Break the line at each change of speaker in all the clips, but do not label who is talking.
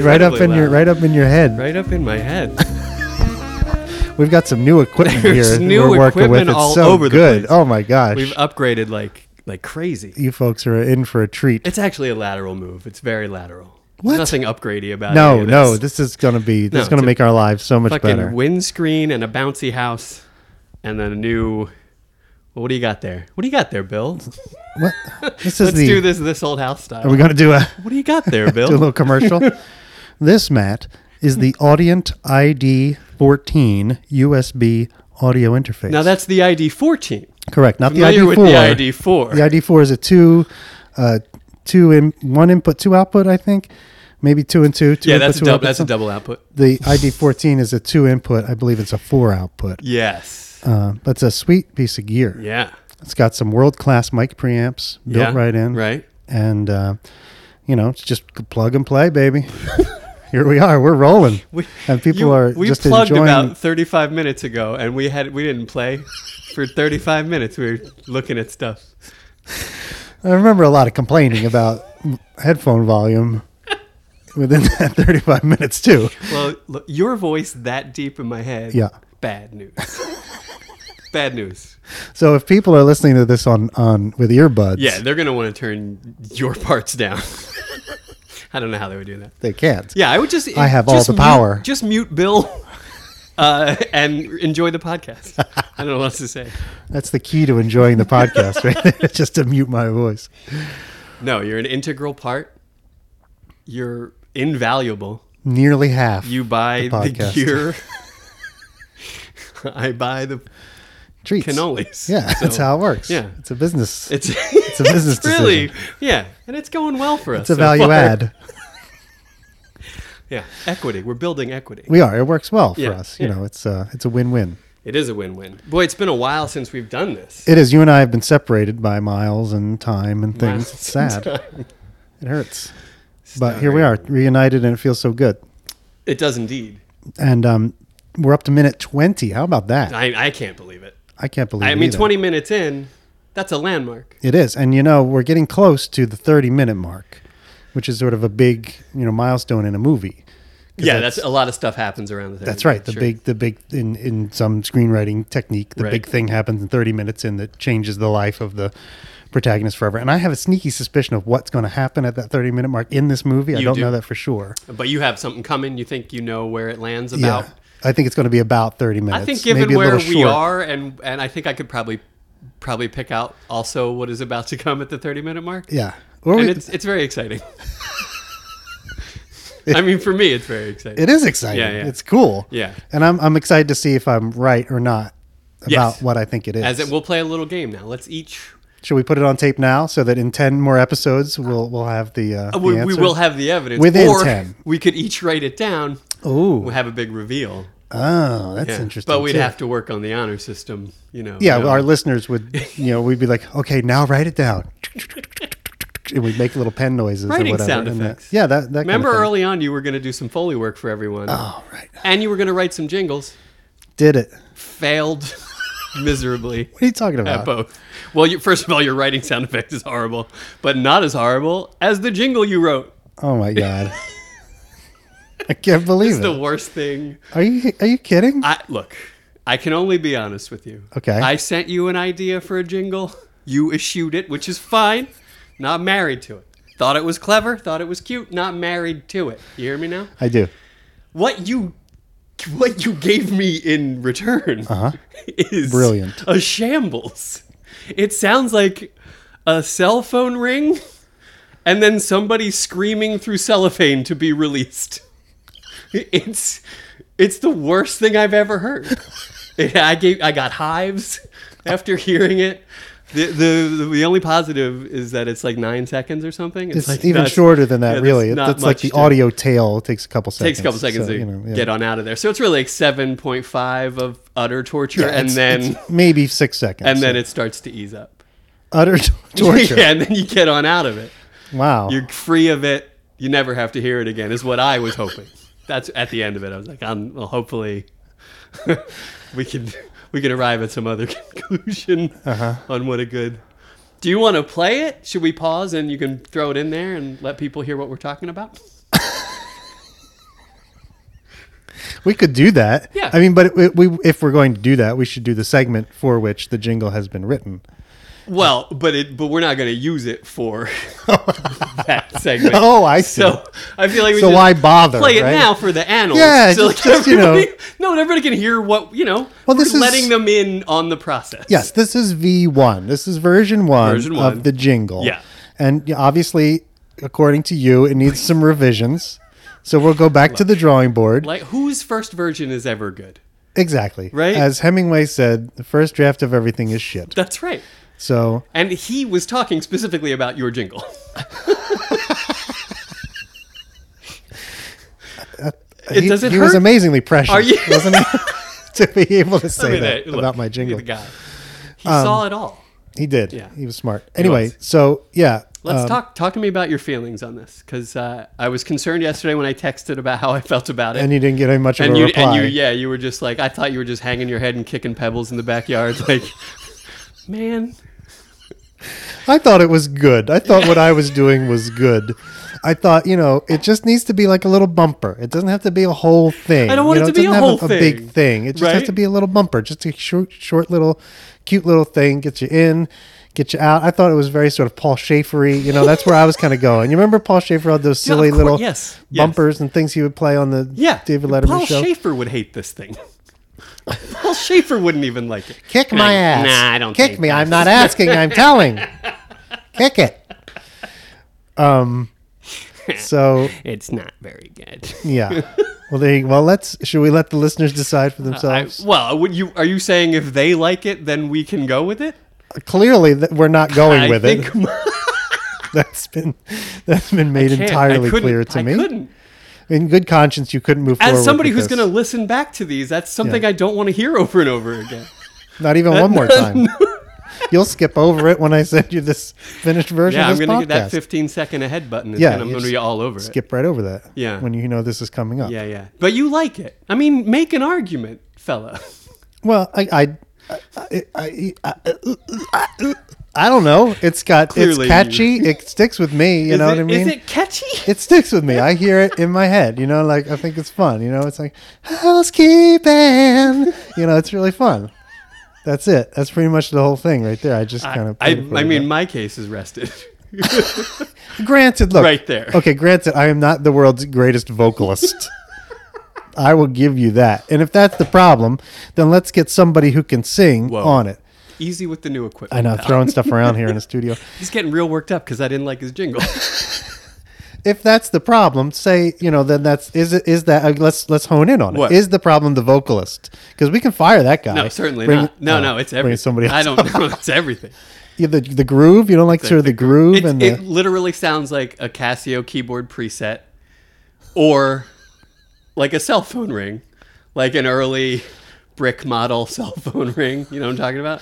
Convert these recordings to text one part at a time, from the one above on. right up in
incredibly
your
loud.
right up in your head.
Right up in my head.
We've got some new equipment
There's
here.
new
we're working
equipment
with. It's
all
so
over the
good.
place.
Oh my gosh,
We've uh, upgraded like like crazy.
you folks are in for a treat.
It's actually a lateral move. It's very lateral.
What?
Nothing upgradey about any
no,
of
no,
this.
this is gonna be. This
No,
is gonna
it's a
make our lives so much
fucking
better.
windscreen and a bouncy house, and then a new. Well, what do you got there? What do you got there, Bill?
What? This is
Let's
the.
do this this old house style.
Are we gonna do a
what do you got there,
do a
Bill?
little commercial? this Matt is the Audient ID 14 USB audio interface.
now that's the ID fourteen.
correct, not the
Familiar
ID4.
with the ID four.
The ID4 is a two, uh, two in one input, two output. I think maybe two and two. two
yeah,
input,
that's a
two
double.
output,
That's a
something.
double output.
The ID14 is a two input. I believe it's a four output.
Yes.
Uh, but it's a sweet piece of gear.
Yeah.
It's got some world class mic preamps built
Yeah,
right in.
Right.
And, uh, you know, it's just plug and play, baby. Here we are. We're rolling.
We,
and people
you-
are
we
just
plugged
enjoying
about 35 minutes ago and we had we didn't play for 35 minutes we were looking at stuff
I remember a lot of complaining about headphone volume within that 35 minutes, too.
well look, your voice that deep in my head
Yeah.
bad news bad news
So if people are listening to this on, on with earbuds,
yeah they're going to want to turn your parts down i don't know how they would do that
they can't.
yeah i would just
I have all
just
the
mute-
power.
just mute bill uh, and enjoy the podcast i don't know what else to say
That's the key to enjoying the podcast, right? there, just to mute my voice.
no you're an integral part you're invaluable
Nearly half.
You buy the,
podcast.
gear. I buy the
treats.
cannolis.
Yeah,
So,
that's how it works.
yeah.
it's a business.
It's it's
a business
really yeah, and it's going well for us.
it's a
so
value
far.
add.
Yeah, equity. We're building equity.
We are. It works well for
Yeah,
us. You
yeah.
know, it's uh, it's a win-win.
it is a win-win. Boy, it's been a while since we've done this.
It is. You and I have been separated by miles and time and things. it's sad. It hurts. But here we are, reunited, and it feels so good.
It does indeed.
And um, we're up to minute twenty. How about that? I,
I I can't believe it.
can't believe.
I
it
mean,
either.
twenty minutes in, that's a landmark.
It is, and you know, we're getting close to the thirty-minute mark, which is sort of a big, you know, milestone in a movie.
Yeah, that's, a lot of stuff happens around the.
That's right. The
sure.
big, the big in in some screenwriting technique, the
Right.
big thing happens in thirty minutes, and that changes the life of the protagonist forever. And I have a sneaky suspicion of what's going to happen at that thirty-minute mark in this movie. I
You
don't
do.
know that for sure.
But you have something coming. You think you know where it lands about.
Yeah, I think it's going to be about thirty minutes.
I think given
maybe a
where
little
we
short.
are, and and I think I could probably probably pick out also what is about to come at the thirty minute mark.
yeah, or
and
we,
it's it's very exciting. I mean, for me, it's very exciting.
it is exciting.
Yeah, yeah.
It's cool.
Yeah.
and I'm I'm excited to see if I'm right or not about
Yes.
what I think it is.
As it, we'll play a little game now. Let's each
Should we put it on tape now so that in ten more episodes we'll we'll have the, uh, the
we, we
answer?
will have the evidence
Within
or
10.
We could each write it down. We'll
Ooh,
have a big reveal.
oh, that's
Yeah.
interesting.
But we'd
too.
have to work on the honor system. You know.
Yeah,
you know.
our listeners would, you know, we'd be like, okay, now write it down, and we'd make little pen noises or
Writing
whatever.
sound
and that-
effects.
yeah, that that
Remember
kind of
early on, you were going to do some foley work for everyone,
thing. Oh, right,
and you were going to write some jingles.
did it? What
Failed miserably.
are you talking
at
about?
both. Well, you, first of all, your writing sound effect is horrible, but not as horrible as the jingle you wrote.
Oh my god, I can't believe
It's
it.
the worst thing.
are you are you kidding?
I look. I can only be honest with you.
Okay.
I sent you an idea for a jingle. You eschewed it, which is fine. Not married to it. Thought it was clever. Thought it was cute. Not married to it. You hear me now?
I do.
What you, what you gave me in return is
Uh-huh. Brilliant.
A shambles. It sounds like a cell phone ring, and then somebody screaming through cellophane to be released. It's it's the worst thing I've ever heard. I gave I got hives after hearing it. The, the the only positive is that it's like nine seconds or something.
It's
like
even
that's-
shorter than that,
yeah,
really. It-
not
That's like
much
the
to-
audio tail takes a couple seconds.
takes a couple seconds
So,
to
uh, you know, yeah.
get on out of there. So it's really like seven point five of utter torture,
Yeah,
and
it's-
then
it's maybe six seconds,
and then it starts to ease up.
utter t- torture.
yeah, and then you get on out of it.
Wow,
You're free of it. You never have to hear it again. Is what I was hoping. That's at the end of it. I was like, I'm, well, hopefully, we can we can arrive at some other conclusion
Uh-huh.
on what a good. Do you want to play it? Should we pause and you can throw it in there and let people hear what we're talking about?
We could do that.
Yeah.
I mean, but it, we if we're going to do that, we should do the segment for which the jingle has been written.
Well, but it but we're not going to use it for that segment.
Oh, I see.
So I feel like we
So
should
why bother,
play it
right?
now for the annals.
Yeah,
so
just- just, you know.
everybody- no, and everybody can hear what you know.
Well,
we're
this is-
letting them in on the process.
Yes, this is V1. This is version 1
Version
of
one.
the jingle.
Yeah.
And yeah, obviously, according to you, it needs some revisions. So we'll go back to the drawing board.
Like whose first version is ever good?
Exactly.
Right?
As Hemingway said, the first draft of everything is shit.
That's right.
So
And he was talking specifically about your jingle. it
he,
doesn't
he
hurt.
was amazingly prescient,
Are you-
wasn't he? to be able to
I
say
mean,
that
uh, look,
about my
look at
jingle. Um,
The guy. He saw it all.
He did.
Yeah.
He was smart. Anyway,
was.
so yeah.
Let's
um,
talk. Talk to me about your feelings on this, because uh, I was concerned yesterday when I texted about how I felt about it.
And you didn't get any much of
and
a
you,
reply.
and you, yeah, you were just like, I thought you were just hanging your head and kicking pebbles in the backyard, like, man,
I thought it was good. I thought what I was doing was good. I thought, you know, it just needs to be like a little bumper. It doesn't have to be a whole thing.
I don't want
you
it
know,
to be a
doesn't have
whole
A big
thing,
thing. It just has
right?
to be a little bumper, just a short, short little, cute little thing. Get you in, get you out. I thought it was very sort of Paul Schaefery. You know, that's where I was kind of going. You remember Paul Schaefer had those
Yeah, of
silly
cour-
little
yes, yes.
bumpers and things he would play on the
yeah,
David Letterman
Paul
show.
Schaefer would hate this thing. Paul Schaefer wouldn't even like it.
Kick my
Nah,
ass.
nah, I don't
Kick
think
me.
that.
I'm not asking. I'm telling. Kick it. Um. So
It's not very good.
yeah. Well, there you, well, let's. Should we let the listeners decide for
Uh, I,
themselves?
well, would you are you saying if they like it, then we can go with it?
Clearly, that we're not going
I
with it.
think
That's been that's been made
Can't. I
entirely
couldn't-
clear to
I
me.
couldn't.
In good conscience, you couldn't move forward.
As somebody
with
who's
this.
going to listen back to these, that's something
Yeah.
I don't want to hear over and over again.
not even one more time. You'll skip over it when I send you this finished version
yeah, I'm
of this
going to get that
podcast.
15 second ahead button, and
Yeah,
then I'm
you
going to
just
be all over it.
skip right over that.
Yeah.
When you know this is coming up.
Yeah, yeah. But you like it. I mean, make an argument, fella.
Well, I, I, I, I, I, I don't know. It's got
Clearly
it's catchy. It sticks with me. You
is
know
it,
what I mean?
Is
It,
it catchy?
sticks with me. I hear it in my head. You know, like I think it's fun. You know, it's like housekeeping. You know, it's really fun. That's it. That's pretty much the whole thing right there. I just kind of.
I, I mean, my case is rested.
granted, look
right there.
Okay, granted, I am not the world's greatest vocalist. I will give you that. And if that's the problem, then let's get somebody who can sing
Whoa.
on it.
Easy with the new equipment.
I know,
pal.
throwing stuff around here in the studio.
He's getting real worked up because I didn't like his jingle.
If that's the problem, say you know, then that's is it is that uh, let's let's hone in on it. Is
What?
the problem the vocalist? Because we can fire that guy.
No, certainly
Bring-
not. No,
oh,
no, it's
bring
everything.
Somebody else.
I don't know. It's everything.
Yeah, the the groove. You don't like sort of the groove
It,
and
it
the
literally sounds like a Casio keyboard preset or like a cell phone ring, like an early brick model cell phone ring. You know what I'm talking about?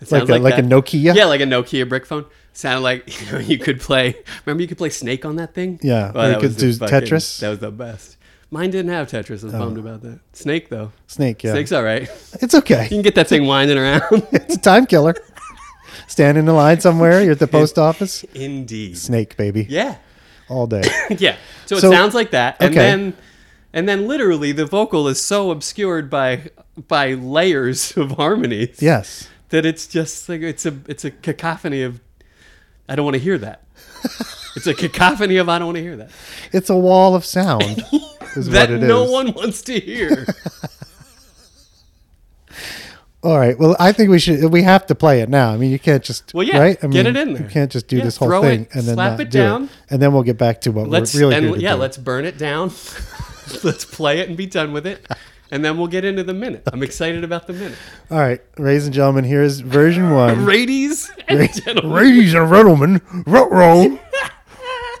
It
Like
sounds
a- like a
that.
Nokia?
Yeah, like a Nokia brick phone. Sounded like you, know, you could play. Remember, you could play Snake on that thing.
Yeah,
Well,
or you
that
could
was the
do Tetris.
That was the best. Mine didn't have Tetris. I'm bummed about that. Snake though.
snake. Yeah,
Snake's all right.
it's okay.
You can get that thing winding around.
It's a time killer. Stand in a line somewhere. You're at the post office.
Indeed.
Snake, baby,
Yeah.
all day.
yeah. So it
So-
sounds like that, and
okay.
then and then literally the vocal is so obscured by by layers of harmonies
Yes.
that it's just like it's a it's a cacophony of I don't want to hear that. it's a cacophony of I don't want to hear that
It's a wall of sound. Is
that
what it is.
no one wants to hear.
All right. Well, I think we should. We have to play it now. I mean, you can't just.
Well, yeah,
Right. I
get
mean,
it in there.
You can't just do
Yeah,
this whole
throw
thing
it,
and then
slap
not
it
do
down.
and then we'll get back to what
Let's
we're really here
and
to
yeah,
do.
let's burn it down. let's play it and be done with it. And then we'll get into the minute. I'm excited about the minute.
All right, ladies and gentlemen, here's version one.
Ladies and gentlemen.
ladies and gentlemen, roll roll.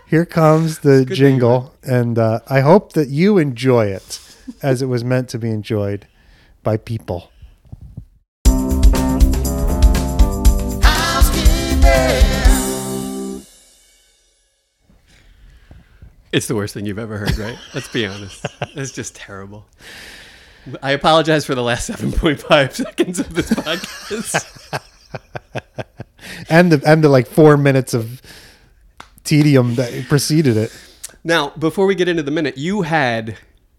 Here comes the jingle, and uh, I hope that you enjoy it as it was meant to be enjoyed by people.
It's the worst thing you've ever heard, right? Let's be honest. It's just terrible. I apologize for the last 7.5 seconds of this podcast.
and the and the like four minutes of tedium that preceded it.
now, before we get into the minute, you had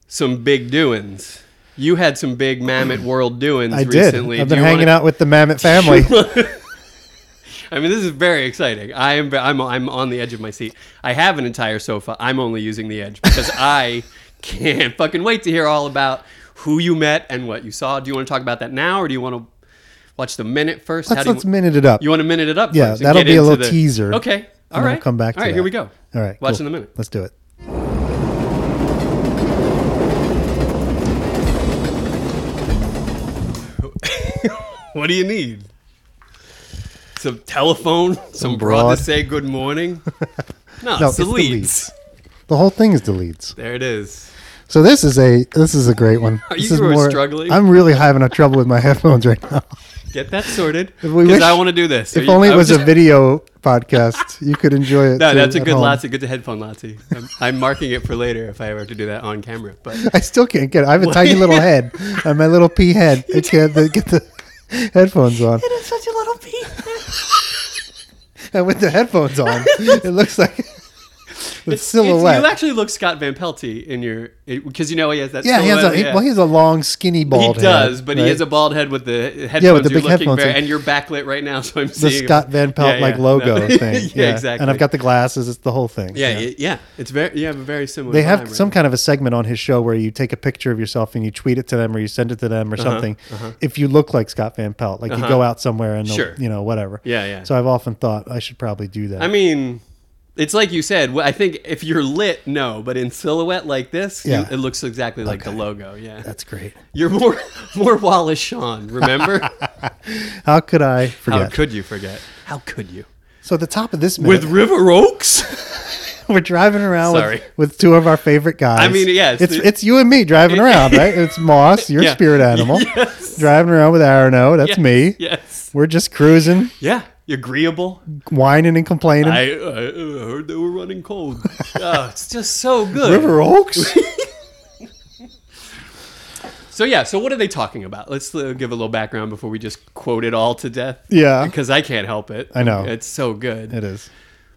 some big doings You had some big Mammoth World doings
I did.
recently.
I've
Do
been
you
hanging
wanna-
out with the Mammoth family.
I mean, this is very exciting. I am. I'm. I'm on the edge of my seat. I have an entire sofa. I'm only using the edge because I can't fucking wait to hear all about who you met and what you saw. Do you want to talk about that now, or do you want to watch the minute 1st
let's
do you,
let's minute it up.
you want to minute it up?
Yeah,
first and
that'll
get
be a
into
little teaser,
Okay. All
and we'll
right.
come back to
All right.
that.
Here we go.
All right.
Watch
cool.
in the minute.
Let's do it.
What do you need? Some telephone? Some broad,
broad.
to say good morning? No,
No,
it's the
it's the
leads.
leads. The whole thing is the leads.
There it is.
So this is a this is a great one.
Are
this
you
is
were struggling?
I'm really having a trouble with my headphones right now.
Get that sorted.
we
Because
wish-
I want to do this. Are
If
you-
only
I
it was
just-
a video podcast, you could enjoy it.
No,
too
that's a
at
good
home.
Lotsy. Good to headphone Lotsy. I'm, I'm marking it for later if I ever have to do that on camera. But
I still can't get. it. I have a tiny little head on my little pea head. I can't get the headphones on.
it is such a little piece.
And with the headphones on, it looks like the silhouette.
you actually look Scott Van Pelty in your because you know he has that.
yeah, he has
silhouette,
a he, well, he has a long, skinny
He
bald.
does,
head,
but
right?
he has a bald head with the headphones.
the
you're
big
looking
headphones,
Very,
yeah.
and you're backlit right now, so I'm
the
seeing
Scott Van Pelt
Yeah,
like
yeah,
logo
no.
thing.
yeah, exactly.
And I've got the glasses. It's the whole thing.
yeah, yeah, yeah. It's very you have a very similar.
They have
vibe right
some
now.
kind of a segment on his show where you take a picture of yourself and you tweet it to them or you send it to
Uh-huh,
them or something. If you look like Scott Van Pelt, like you go out somewhere and they'll-
Sure.
you know whatever.
Yeah, yeah.
So I've often thought I should probably do that.
I mean, it's like you said. wh- I think if you're lit, no, but in silhouette like this, you-
Yeah.
it looks exactly like the logo. Yeah,
That's great.
you're more more Wallace Shawn. Remember?
How could I forget?
How could you forget? How could you?
so at the top of this minute,
With River Oaks?
we're driving around
Sorry.
with, with two of our favorite guys.
I mean, yeah, it's
it's it's,
the-
you and me driving around, right? It's Moss, your
Yeah.
spirit animal,
Yes.
driving around with Arno. That's me.
Yes.
We're just cruising,
Yeah. Agreeable.
whining and complaining.
I, I uh, heard they were running cold. Ah, it's just so good.
River Oaks.
So yeah. So what are they talking about? Let's uh, give a little background before we just quote it all to death.
Yeah.
Because I can't help it.
I know.
It's so good.
it is.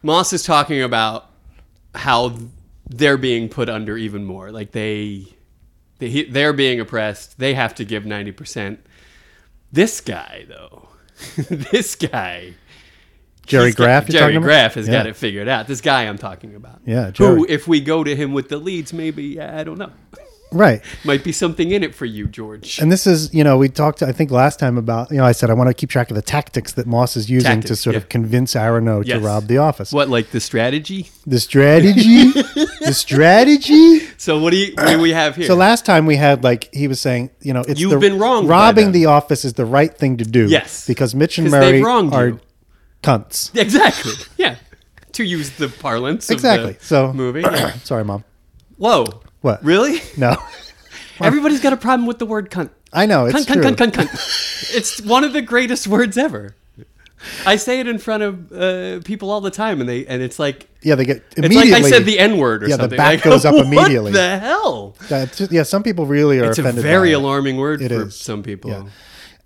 Moss is talking about how they're being put under even more. Like they, they they're being oppressed. They have to give ninety percent. This guy though, this guy,
Jerry
he's got-
Graff. you're
Jerry
talking about?
Graff has got
Yeah.
it figured out. This guy I'm talking about.
Yeah,
Who,
Jerry.
if we go to him with the leads, maybe I don't know.
Right.
Might be something in it for you, George.
And this is, you know, we talked, I think, last time about, you know, I said I want to keep track of the tactics that Moss is using to
Tactics,
sort
yeah.
of convince Arno
Yes.
to rob the office.
what like the strategy?
The strategy? the strategy?
So what do you what do we have here?
So last time we had like he was saying, you know, it's
You've
the-
been wronged by them.
Robbing the office is the right thing to do.
Yes.
because Mitch and
'Cause they've
Murray
wronged
are
you.
cunts.
exactly. Yeah. To use the parlance of the
Exactly. So-
movie. yeah.
Sorry, mom.
Whoa.
What?
Really?
No,
Everybody's got a problem with the word cunt.
I know it's
Cunt, cunt,
true.
cunt, cunt, cunt. It's one of the greatest words ever. I say it in front of uh, people all the time, and they and it's like
Yeah, they get
it's
immediately.
like I said the N word or
Yeah, the
something.
back
Like,
goes up
what
immediately.
the hell?
That's just- yeah, some people really are
It's a
offended.
very
by it.
alarming word
It
for
is.
some people.
Yeah.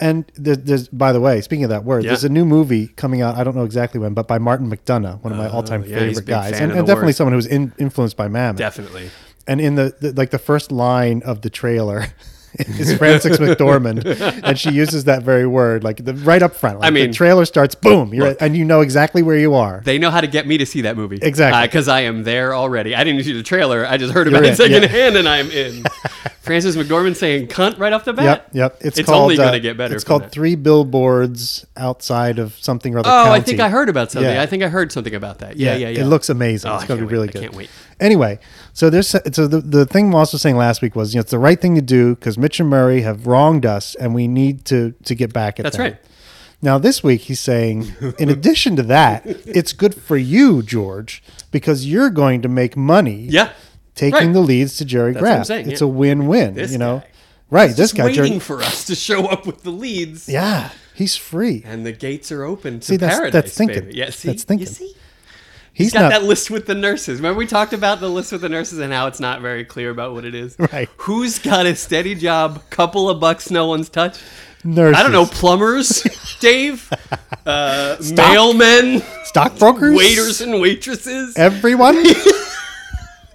And there, there's, by the way, speaking of that word,
Yeah.
there's a new movie coming out. I don't know exactly when, but by Martin McDonough, one of my all-time
Oh, yeah, he's a
favorite
big
guys,
fan
and,
of
and
the
definitely
word.
someone who was in, influenced by Mammoth.
Definitely.
and in the, the like the first line of the trailer is Frances McDormand, and she uses that very word like the right up front. Like,
I mean-
the trailer starts, boom, you're at, and you know exactly where you are.
They know how to get me to see that movie
Exactly.
because I am there already. I didn't see the trailer; I just heard
You're
about it
in, yeah.
secondhand, and I'm in. Francis McDormand saying "cunt" right off the bat.
Yep, yep. It's,
It's,
called,
only
uh,
going to get better.
It's
from
called
that.
Three Billboards Outside of Something or Other.
Oh, I
County.
think I heard about something.
Yeah.
I think I heard something about that. Yeah, yeah, yeah.
It looks amazing.
Oh,
it's
I
going to
can't
be really
wait. I
good.
can't wait.
Anyway, so there's so the, the thing Moss was saying last week was you know it's the right thing to do because Mitch and Murray have wronged us and we need to to get back at
That's
them.
right.
Now this week he's saying, in addition to that, it's good for you, George, because you're going to make money.
Yeah.
taking
Right.
the leads to Jerry Graff.
what I'm saying,
it's
yeah.
a win-win.
This
you know,
guy.
right? this
Just
guy,
waiting
Jerry,
for us to show up with the leads.
yeah, he's free.
And the gates are open to
See, that's-
paradise.
that's thinking.
Baby. Yeah, see,
That's thinking.
You see?
He's,
He's got
not.
that list with the nurses. Remember we talked about the list with the nurses and how it's not very clear about what it is.
Right.
Who's got a steady job, couple of bucks no one's touched?
nurses.
I don't know, plumbers, Dave, uh, mailmen,
Stockbrokers,
waiters and waitresses.
everyone.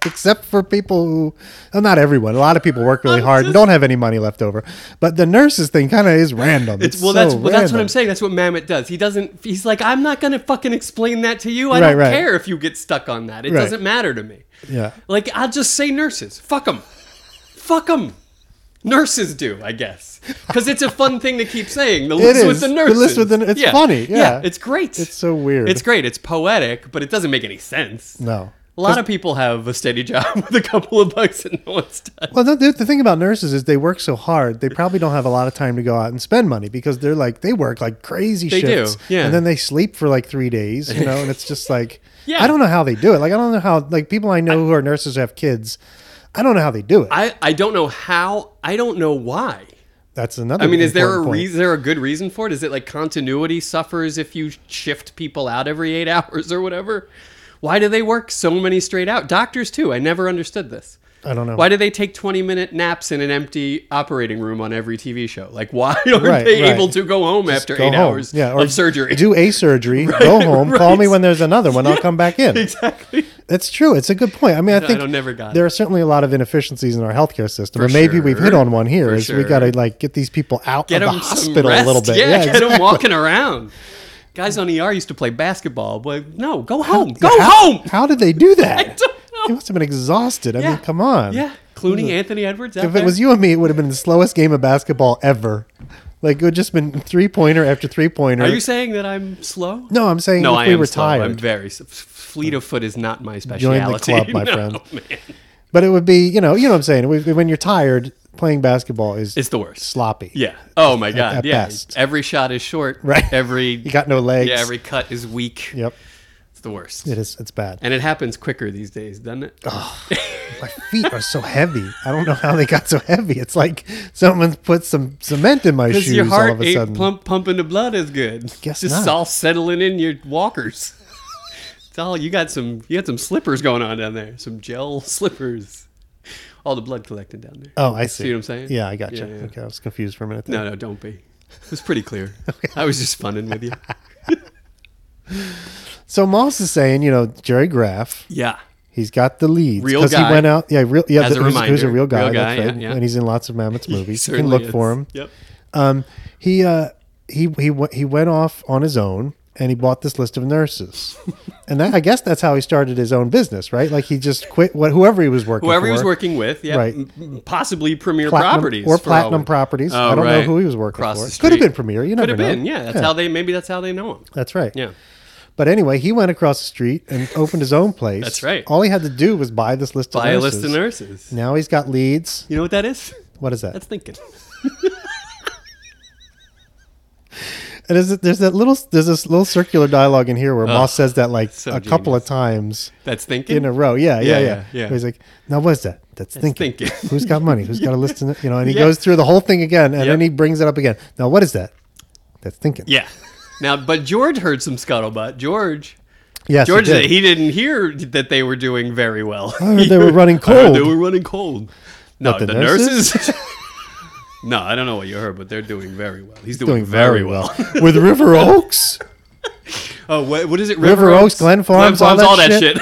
except for people who, well, not everyone. A lot of people work really hard and don't have any money left over. But the nurses thing kind of is random. It's,
It's, well,
so
that's well, that's what
random.
I'm saying. That's what Mamet does. He doesn't. He's like, I'm not gonna fucking explain that to you. I
Right,
don't
right.
care if you get stuck on that. It
Right.
doesn't matter to me.
Yeah.
Like, I'll just say nurses. Fuck them. Fuck them. Nurses do, I guess, because it's a fun thing to keep saying. The list with
is.
the
The
nurses.
list with the- it's funny, yeah.
it's great.
It's so weird.
It's great. It's poetic, but it doesn't make any sense.
No.
A lot of people have a steady job with a couple of bucks and no one's done.
Well, the, the thing about nurses is they work so hard, they probably don't have a lot of time to go out and spend money because they're like they work like crazy
They do,
shifts,
yeah.
and then they sleep for like three days, you know, and it's just like
Yeah.
I don't know how they do it. Like I don't know how like people I know who are nurses who have kids, I don't know how they do it.
I, I don't know how. I don't know why.
That's another.
I mean, is there a
important point.
reason? Is there a good reason for it? Is it like continuity suffers if you shift people out every eight hours or whatever? Why do they work so many straight out? Doctors too. I never understood this.
I don't know.
Why do they take twenty minute naps in an empty operating room on every TV show? Like, why aren't
Right,
they
right.
able to go home after
Go
eight
home.
hours
yeah, or
of surgery?
Do a surgery, go home, call me
right.
when there's another one, I'll come back in.
exactly.
That's true. It's a good point. I mean, I think
don't- never got
there are certainly a lot of inefficiencies in our healthcare system, and maybe we've hit
sure.
on one here.
For
is we
sure.
got to like get these people out
Get
of the
them some
hospital
rest.
a little bit.
Yeah, get
exactly.
them walking around. Guys on ER used to play basketball, but no, go home. Go
how,
home.
How did they do that?
don't know.
They must have been exhausted. I mean, come on.
Yeah, Clooney, Anthony Edwards. Out
If it
there.
was you and me, it would have been the slowest game of basketball ever. Like it would just been three pointer after three pointer.
Are you saying that I'm slow?
No, I'm saying
no,
if
I
we
am
were
slow. I'm
tired.
very s- fleet of foot is not my
the
specialty.
club, my
No,
friend.
man.
But it would be, you know, you know what I'm saying. We- When you're tired, playing basketball is
It's the worst.
sloppy.
Yeah. Oh my god.
at
yeah.
best.
Every shot is short.
Right.
Every
You got no legs.
yeah. Every cut is weak.
Yep.
It's the worst.
It is. It's bad.
And it happens quicker these days, doesn't it?
My feet are so heavy. I don't know how they got so heavy. It's like someone's put some cement in my
Because
shoes
your
all
heart
of a
ain't
sudden.
plump, pumping the blood as good.
Guess
Just
not.
all settling in your walkers. it's all you got some you got some slippers going on down there. Some gel slippers. All the blood collecting down there.
Oh, I see.
what I'm saying?
Yeah, I got you.
Yeah, yeah.
Okay, I was confused for a minute. There.
No, no, don't be. It was pretty clear. I was just funning with you.
So Moss is saying, you know, Jerry Graff,
Yeah.
he's got the leads
Real
because he
guy.
went out. Yeah, real. Yeah,
As a
who's, who's a
reminder.
real guy.
Real guy,
that's right.
yeah, yeah.
And he's in lots of Mammoth's movies. you can
Certainly
look for
is.
him.
Yep.
Um, he uh, he he went- he went off on his own and he bought this list of nurses, and that, I guess that's how he started his own business, right? Like he just quit what whoever he was working
Whoever he was
for.
working with, yeah,
Right.
m- m- possibly Premier
Platinum-
Properties
or
for
platinum
all-
properties.
Oh,
I don't know
right.
who he was working
Across
for.
the
Could have
street.
been Premier. You
Could
never
have
know.
been, yeah. That's how they maybe that's how they know him.
That's right.
Yeah.
But anyway, he went across the street and opened his own place.
That's right.
All he had to do was buy this list
Buy
of
a
nurses.
list of nurses.
Now he's got leads.
You know what that is?
What is that?
That's thinking.
and is it, there's that little there's this little circular dialogue in here where Moss says that like
so
a couple
genius.
of times
That's thinking.
in a row. Yeah, yeah, yeah.
Yeah, yeah, yeah.
He's like, now what's that? That's, thinking.
thinking.
Who's got money? Who's got a list? Of, you know, and he
Yeah.
goes through the whole thing again, and then
Yep.
he brings it up again. Now what is that? That's thinking.
Yeah. Now, but George heard some scuttlebutt. George,
Yes,
George,
he
he,
did.
didn't hear that they were doing very well.
I heard they were running
I heard They
cold.
were running cold. No,
the
the,
nurses?
nurses. no, I don't know what you heard, but they're doing very well. He's doing,
doing
very well.
with River Oaks.
oh, what, what is it?
River Oaks, Glen Farms, all that shit.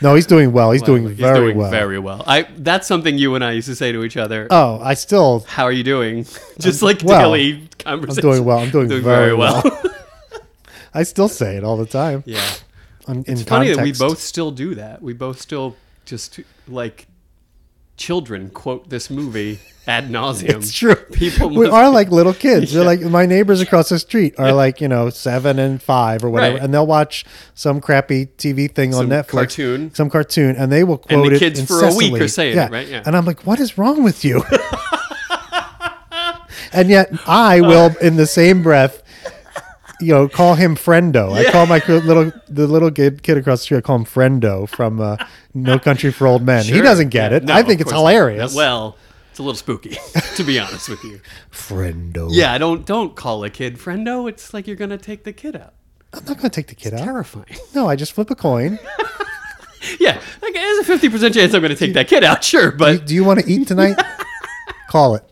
No, he's doing well. He's doing
He's
very
doing
well.
very well. I. That's something you and I used to say to each other.
oh, I still
How are you doing? Just like
well.
daily
I'm
conversation.
doing well. I'm doing,
Doing very well.
I still say it all the time.
yeah.
On- in
It's funny that we
context.
both still do that. We both still just like children quote this movie ad nauseum.
It's true.
People
we
must-
are like little kids. They're like my neighbors across the street are like you know seven and five or whatever,
Right.
and they'll watch some crappy TV thing on
Some
Netflix,
cartoon.
some cartoon, and they will
the
quote it.
kids for a week are
incessantly.
saying it,
yeah.
right? Yeah.
And I'm like, what is wrong with you? and yet I will, in the same breath. You know, call him Friendo. I call my cr- little the little kid, kid across the street. I call him Friendo from uh, No Country for Old Men. He
Sure.
doesn't get
Yeah,
it.
no,
I
of
think it's
course not.
hilarious.
Well, it's a little spooky, to be honest with you.
Friendo.
Yeah, don't don't call a kid friendo. It's like you're gonna take the kid out.
I'm not going to take the kid out.
Terrifying.
No, I just flip a coin.
Yeah, like there's a fifty percent chance I'm gonna take that kid out. Sure, but
Do you want to eat tonight? Call it.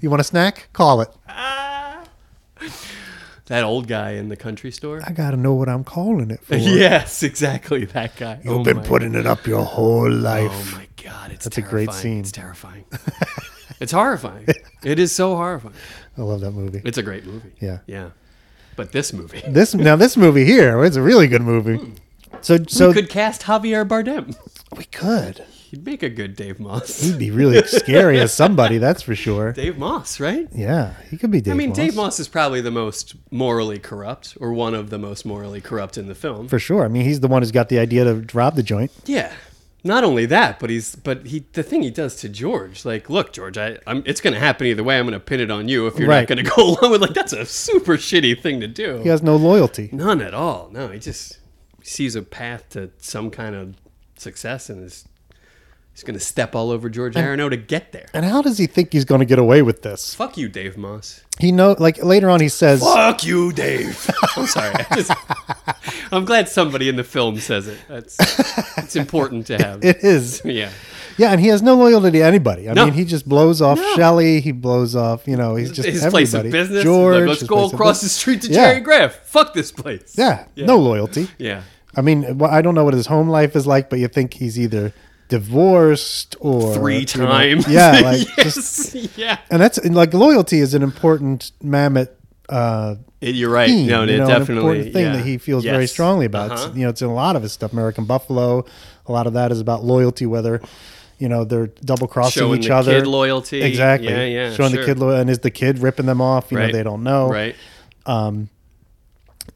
You want a snack? Call it.
That old guy in the country store.
I gotta know what I'm calling it for.
Yes, exactly. That guy.
You've
Oh
been
my-
putting it up your whole
Oh
life.
my god, it's
That's a great
terrifying.
scene.
It's terrifying. it's horrifying. It is so horrifying.
I love that movie.
It's a great movie.
Yeah.
Yeah. But this movie.
This now this movie here, it's a really good movie. So so
Hmm. we could cast Javier Bardem.
we could.
He'd make a good Dave Moss.
He'd be really scary as somebody, that's for sure.
Dave Moss, right?
Yeah, he could be Dave.
I mean, Dave Moss is probably the most morally corrupt, or one of the most morally corrupt in the film.
for sure. I mean, he's the one who's got the idea to rob the joint.
Yeah. Not only that, but he's but he the thing he does to George, like, look, George, I, I'm it's going to happen either way. I'm going to pin it on you if you're
Right.
not going to go along with. Like, that's a super shitty thing to do.
He has no loyalty.
None at all. No, he just sees a path to some kind of success and is he's going to step all over George Arano to get there.
And how does he think he's going to get away with this?
Fuck you, Dave Moss.
He know like later on he says
Fuck you, Dave. I'm sorry. I just- I'm glad somebody in the film says it. That's it's important to have.
it is.
yeah.
Yeah, and he has no loyalty to anybody. I
No.
mean, he just blows off
No.
Shelley. He blows off, you know, he's just
his
everybody.
place of business.
George.
like, let's
his
go
place of
across the
business.
street to
Yeah.
Cherry Graff. Fuck this place.
Yeah, no loyalty.
Yeah.
I mean, well, I don't know what his home life is like, but you think he's either divorced or
Three
you know,
times.
yeah, like
yes.
just
yeah.
and that's and, like loyalty is an important mammoth. Uh,
You're right.
theme,
no,
you know,
definitely.
an important thing
yeah.
that he feels very
Yes.
strongly about. It's-
Uh-huh.
you know, it's in a lot of his stuff. American Buffalo, a lot of that is about loyalty, whether you know they're double crossing
Showing
each
the
other.
kid loyalty.
exactly.
Yeah, yeah,
Showing the
sure.
kid lo- and is the kid ripping them off? You
Right.
know, they don't know.
Right.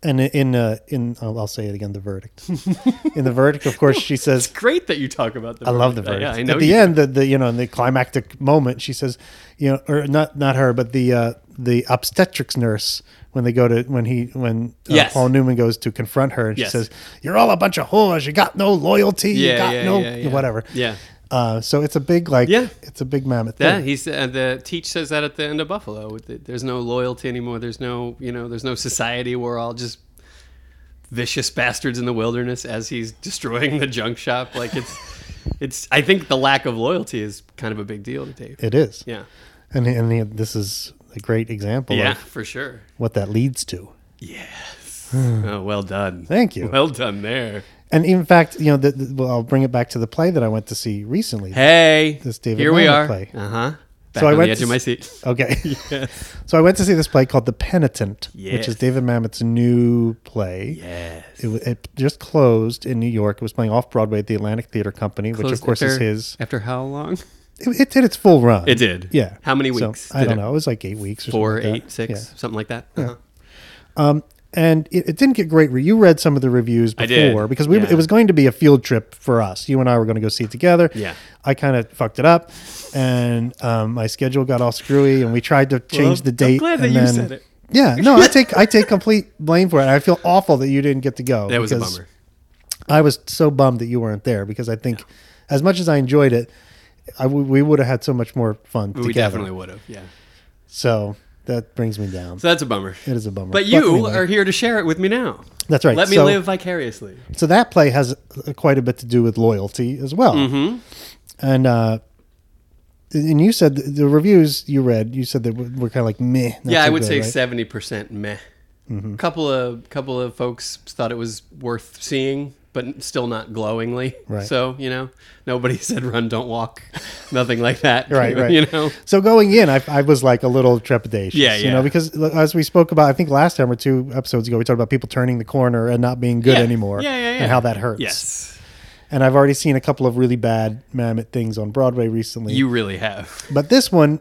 And in uh, in oh, I'll say it again. The verdict. in the verdict, of course, she says.
Great that you talk about the
I love the verdict.
Yeah, I know
At the
you-
end, the, the you know, in the climactic moment, she says, you know, or not not her, but the uh, the obstetrics nurse when they go to when he when uh,
Yes.
Paul Newman goes to confront her, and she
Yes.
says, "You're all a bunch of whores. You got no loyalty.
Yeah,
you got
yeah,
no
yeah, yeah.
whatever."
Yeah.
Uh, so it's a big like
Yeah.
it's a big mammoth.
Yeah,
thing.
he's uh, the teach says that at the end of Buffalo. with the- There's no loyalty anymore. There's no you know. There's no society. We're all just vicious bastards in the wilderness. As he's destroying the junk shop, like it's it's. I think the lack of loyalty is kind of a big deal to Dave.
it is.
Yeah,
And and he, this is a great example
yeah,
of
for sure.
what that leads to.
Yes. oh, well done.
Hmm. Thank you.
Well done there.
and in fact, you know, the, the, well, I'll bring it back to the play that I went to see recently.
Hey,
This David
here we
Mamet
are.
play.
Uh huh. Back
So I
on
went
the edge
to
of my
s-
seat.
Okay. So I went to see this play called The Penitent, which
Yes.
is David Mamet's new play.
Yes.
It, wa- it just closed in New York. It was playing off Broadway at the Atlantic Theater Company, which of
Closed
course is
after-
his.
After how long?
It, it did its full run.
It did.
Yeah.
How many
So,
weeks
I
did
don't
it-
know. It was like eight weeks or
Four,
something like
eight,
that.
six,
Yeah.
something like that. Uh-huh.
And it, it didn't get great. Re- you read some of the reviews before
I did.
because we
Yeah.
it was going to be a field trip for us. You and I were going to go see it together.
Yeah.
I kind of fucked it up, and um, my schedule got all screwy, and we tried to change the
I'm
date.
glad that
and
you
then-
said it.
Yeah, no, I take I take complete blame for it. I feel awful that you didn't get to go.
That was a
because
bummer.
I was so bummed that you weren't there because I think, as much as I enjoyed it, I w- we would have had so much more fun
We
together.
definitely would have. Yeah.
So that brings me down.
So that's a bummer.
it is a bummer.
But you
anyway,
are here to share it with me now.
that's right.
Let me
So-
live vicariously.
So that play has quite a bit to do with loyalty as well. Mm-hmm. And uh, and you said th- the reviews you read, you said that were, were kind of like meh. not
yeah, I
so
would
good,
say
right? Mm-hmm.
seventy percent meh. Couple of couple of folks thought it was worth seeing, but still not glowingly.
Right.
So you know, nobody said run, don't walk, nothing like that.
Right, right.
You know,
So going in, I, I was like a little trepidatious.
Yeah,
You
yeah.
know, because l- as we spoke about, I think last time or two episodes ago, we talked about people turning the corner and not being good
Yeah.
anymore.
Yeah, yeah, yeah.
And how that hurts.
Yes,
And I've already seen a couple of really bad Mammoth things on Broadway recently.
you really have.
But this one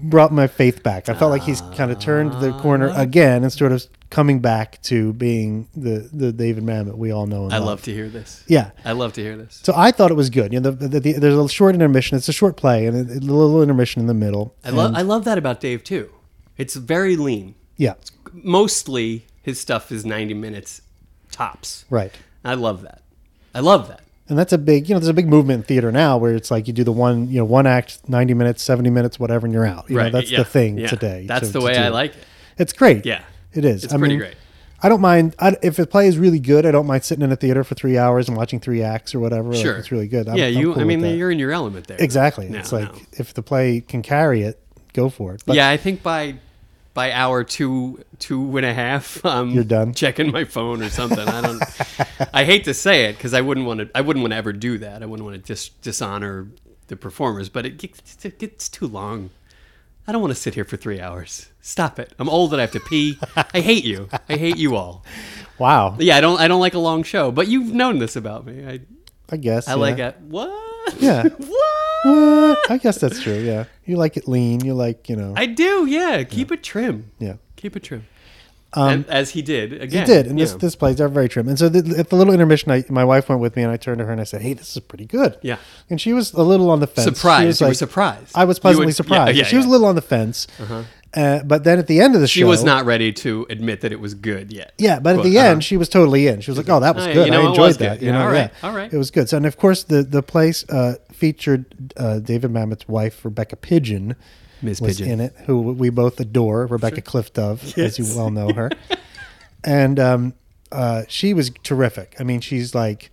brought my faith back. I felt like he's kind
Ah.
of turned the corner again and sort of coming back to being the, the David Mamet we all know. And
I love to hear this.
Yeah.
I love to hear this.
So I thought it was good. You know, the, the, the, there's a short intermission. It's a short play and a, a little intermission in the middle.
I love I love that about Dave too. It's very lean.
Yeah.
Mostly his stuff is ninety minutes tops.
Right.
I love that. I love that.
And that's a big, you know, there's a big movement in theater now where it's like you do the one, you know, one act, 90 minutes, 70 minutes, whatever, and you're out. You
Right.
know, that's
yeah,
the thing
yeah.
today.
That's
to-
the
to
way
do
I
it.
like it.
It's great.
Yeah.
It is.
It's
I
pretty
mean,
great.
I don't mind I, if a play is really good. I don't mind sitting in a theater for three hours and watching three acts or whatever. Like,
Sure.
it's really good. I'm-
yeah,
I'm
you.
cool
I
with
mean,
that.
you're in your element there.
exactly.
No,
it's like
no.
if the play can carry it, go for it. But
yeah, I think by by hour two, two and a half, um,
You're done?
checking my phone or something. I don't. I hate to say it because I wouldn't want to. I wouldn't want to ever do that. I wouldn't want to dis- dishonor the performers, but it gets, it gets too long. I don't want to sit here for three hours. Stop it. I'm old and I have to pee. I hate you. I hate you all.
Wow.
Yeah, I don't. I don't like a long show. But you've known this about me. I.
I guess.
I like it. What?
Yeah.
what?
Uh, I guess that's true. Yeah. You like it lean. You like, you know.
I do. Yeah. Keep it trim.
yeah.
Keep it trim. and, as he did
Um, He
again.
did, and this
yeah.
this plays are very trim. And so the, at the little intermission, I, my wife went with me, and I turned to her and I said, "Hey, this is pretty good."
Yeah.
and she was a little on the fence. She
Surprised.
was
You were surprised.
I was
You
pleasantly
would- yeah,
surprised.
yeah,
she was a
yeah. Uh-huh.
little on the fence, uh but then at the end of the show,
she was not ready to admit that it was good yet.
Yeah, but at
Quote,
the
uh-huh.
end, she was totally in. She was like, "Oh, that was
Oh, yeah,
good.
you know,
I
it
enjoyed
was
that."
good.
You
Yeah,
know,
all right,
yeah,
all right.
It was good. So, and of course, the the place uh, featured uh, David Mamet's wife, Rebecca Pigeon,
Miss
was
Pigeon.
in it, who we both adore, Rebecca Cliff Dove, as you well know her, and um, uh, she was terrific. I mean, she's like.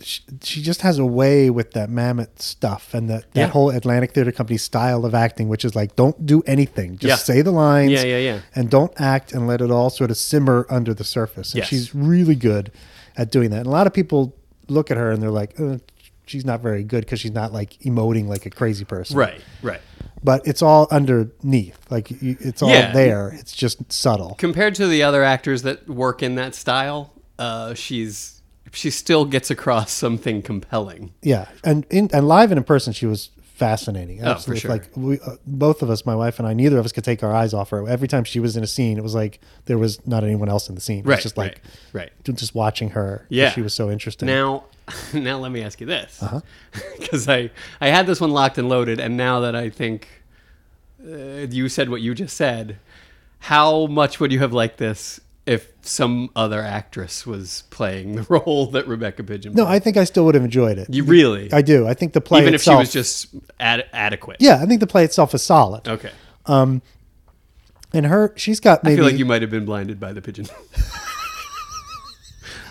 She, she just has a way with that mammoth stuff and that, that
Yeah.
whole Atlantic Theater Company style of acting, which is like, don't do anything. Just
Yeah.
say the lines
Yeah, yeah, yeah.
and don't act and let it all sort of simmer under the surface. And
Yes.
she's really good at doing that. And a lot of people look at her and they're like, uh, she's not very good because she's not like emoting like a crazy person.
Right. Right.
But it's all underneath. Like you, it's all
Yeah.
there. It's just subtle.
Compared to the other actors that work in that style, uh, she's she still gets across something compelling.
Yeah. And in, and live and in person, she was fascinating. Absolutely.
Oh, sure.
Like we, uh, both of us, my wife and I, neither of us could take our eyes off her. Every time she was in a scene, it was like there was not anyone else in the scene. It
Right.
was just like
right. right.
just watching her. 'cause
Yeah.
She was so interesting.
Now, now let me ask you this,
Uh-huh.
because I I had this one locked and loaded, and now that I think uh, you said what you just said, how much would you have liked this if some other actress was playing the role that Rebecca Pigeon?
No,
played?
I think I still would have enjoyed it.
you really,
I do. I think the play
even if she
itself.
was just Oh. ad- adequate.
yeah, I think the play itself is solid.
Okay.
And her, she's got
I
maybe.
feel like you might have been blinded by the pigeon.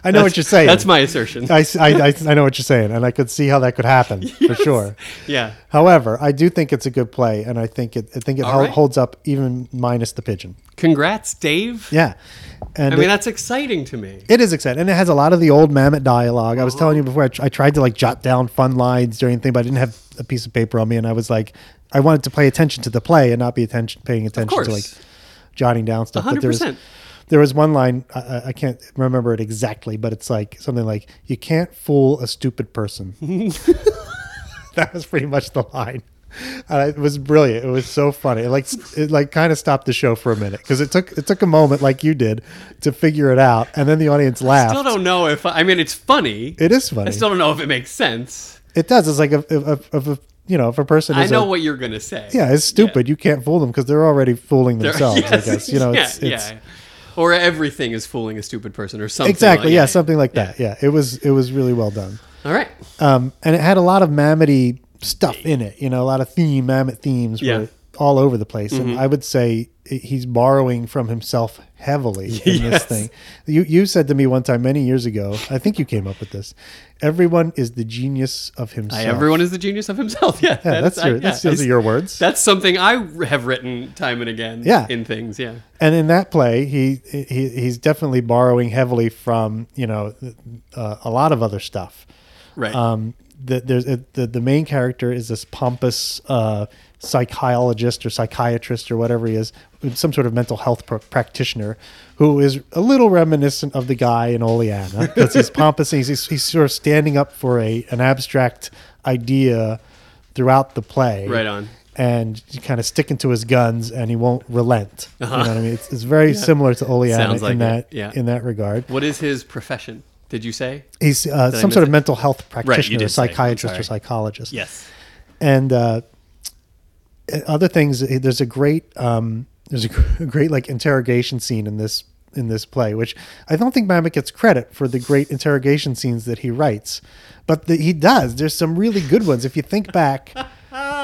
I know what you're saying.
That's my assertion.
I, s- I- I- I know what you're saying, and I could see how that could happen for sure.
yeah.
However, I do think it's a good play, and I think it. I think it hol-
right.
holds up even minus the pigeon.
Congrats, Dave.
Yeah, and
I mean,
it,
that's exciting to me.
it is exciting, and it has a lot of the old mammoth dialogue. I was telling you before, I, tr- I tried to like jot down fun lines during the thing, but I didn't have a piece of paper on me, and I was like, I wanted to pay attention to the play and not be attention paying attention
course.
to like jotting down stuff. But there was
100%.
there was one line I- I, I can't remember it exactly, but it's like something like you can't fool a stupid
Mm-hmm.
person. that was pretty much the line. Uh, it was brilliant. It was so funny. It like s- it like kind of stopped the show for a minute because it took it took a moment like you did to figure it out, and then the audience laughed.
Still don't know if I mean it's funny.
it is funny.
I still don't know if it makes sense.
it does. It's like a, a, a, a you know if a person
I
is
know
a,
what you're gonna say.
yeah it's stupid. You can't fool them because they're already fooling
There-
themselves.
yes,
I guess you know
yeah,
it's, it's
yeah. Or everything is fooling a stupid person, or something.
exactly
like-
yeah, something like that. Yeah, it was it was really well done.
All right.
um, and it had a lot of mammoth stuff in it. You know, a lot of theme mammoth themes
Yeah. Mm-hmm.
were all over the place. And I would say i- he's borrowing from himself heavily in this
Yes.
thing. You you said to me one time many years ago. I think you came up with this. Everyone is the genius of himself.
Everyone is the genius of himself. Yeah,
Yeah, that's,
I-
your,
yeah,
that's those
I-
are your words.
That's something I have written time and again.
Yeah.
In things. Yeah.
and in that play, he, he he's definitely borrowing heavily from you know uh, a lot of other stuff.
Right.
um, the, there's uh the the main character is this pompous uh, psychologist or psychiatrist or whatever he is, some sort of mental health pr- practitioner, who is a little reminiscent of the guy in Oleana because he's pompous. And he's he's sort of standing up for a an abstract idea throughout the play.
Right on.
And kind of sticking to his guns, and he won't relent. You know what I mean? It's, it's very similar to Oleana in
Uh-huh. Sounds like it.
that
Yeah.
in that regard.
what is his profession? Did you say?
He's uh, some
miss
sort of
it?
mental health practitioner,
did say. I'm
psychiatrist, or
sorry.
psychologist
Yes.
and uh, other things. eh, There's a great um, there's a gr- great like interrogation scene in this in this play, which I don't think Mamet gets credit for the great interrogation scenes that he writes, but the, he does. There's some really good ones if you think back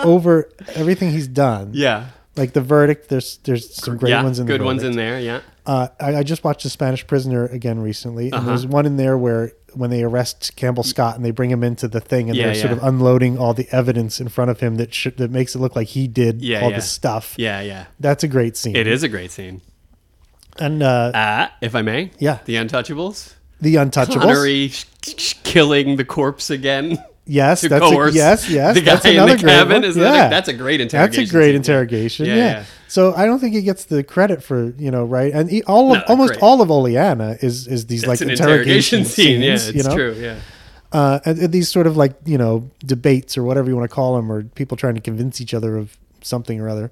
over everything he's done.
Yeah.
Like the verdict, there's there's some great
yeah.
ones in the
good ones
Verdict.
in there. Yeah. Uh-huh.
Uh, I, I just watched The Spanish Prisoner again recently, and there's one in there where when they arrest Campbell Scott and they bring him into the thing and
Yeah,
they're sort
yeah.
of unloading all the evidence in front of him that should, that makes it look like he did
Yeah,
all
yeah.
the stuff.
Yeah, yeah.
That's a great scene.
It is a great scene.
And uh,
Uh, if I may.
Yeah.
The Untouchables.
the Untouchables.
Connery sh- sh- killing the corpse again.
yes,
to
that's
coerce
a, yes, yes.
the guy
that's
in the
another great
cabin.
one.
Isn't that a- that's a great interrogation
That's a great
scene, yeah.
interrogation.
Yeah,
Yeah,
yeah.
So I don't think he gets the credit for you know right and he, all of
No,
almost
great.
all of Oleana is is these
It's
like
an
interrogation,
interrogation scene.
scenes.
yeah, it's
you know?
true. Yeah.
uh, and- and these sort of like you know debates or whatever you want to call them, or people trying to convince each other of something or other.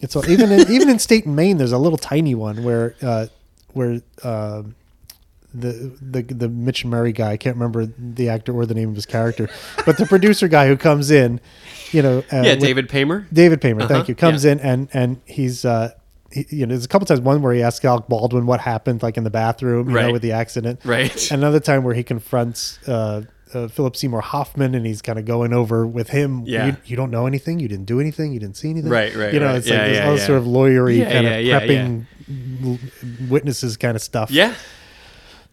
It's all, even in, even in state in Maine, there's a little tiny one where uh, where uh, the the the Mitch Murray guy I can't remember the actor or the name of his character, but the producer guy who comes in, you know, uh,
Yeah,
with-
David Paymer.
David Paymer,
Uh-huh,
thank you, comes
yeah.
in and and he's uh, he, you know, there's a couple times one where he asks Alec Baldwin what happened, like in the bathroom, you
Right.
know, with the accident,
Right.
Another time where he confronts uh, uh, Philip Seymour Hoffman and he's kind of going over with him.
Yeah.
You, you don't know anything. You didn't do anything. You didn't see anything.
Right, right,
You know,
right.
it's
Yeah,
like this
yeah,
all
yeah.
sort of lawyery
Yeah,
kind
yeah,
of
yeah, yeah.
prepping l- witnesses kind of stuff.
Yeah.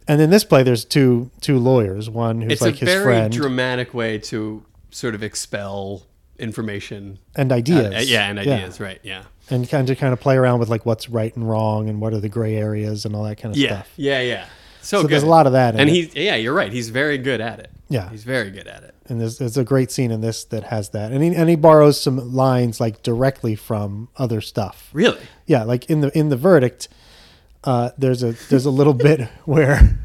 And in this play, there's two two lawyers. One who's
It's
like
a
his
very
friend
dramatic way to sort of expel information.
and ideas.
Uh, yeah, and ideas. Right. Yeah.
And kind of kind of play around with like what's right and wrong and what are the gray areas and all that kind of
Yeah.
stuff.
Yeah. Yeah. So,
So
good.
there's a lot of that in
and
it.
he's yeah, you're right. He's very good at it.
Yeah.
He's very good at it.
and there's, there's a great scene in this that has that and he, and he borrows some lines like directly from other stuff
Really.
yeah like in the in the verdict uh there's a there's a little bit where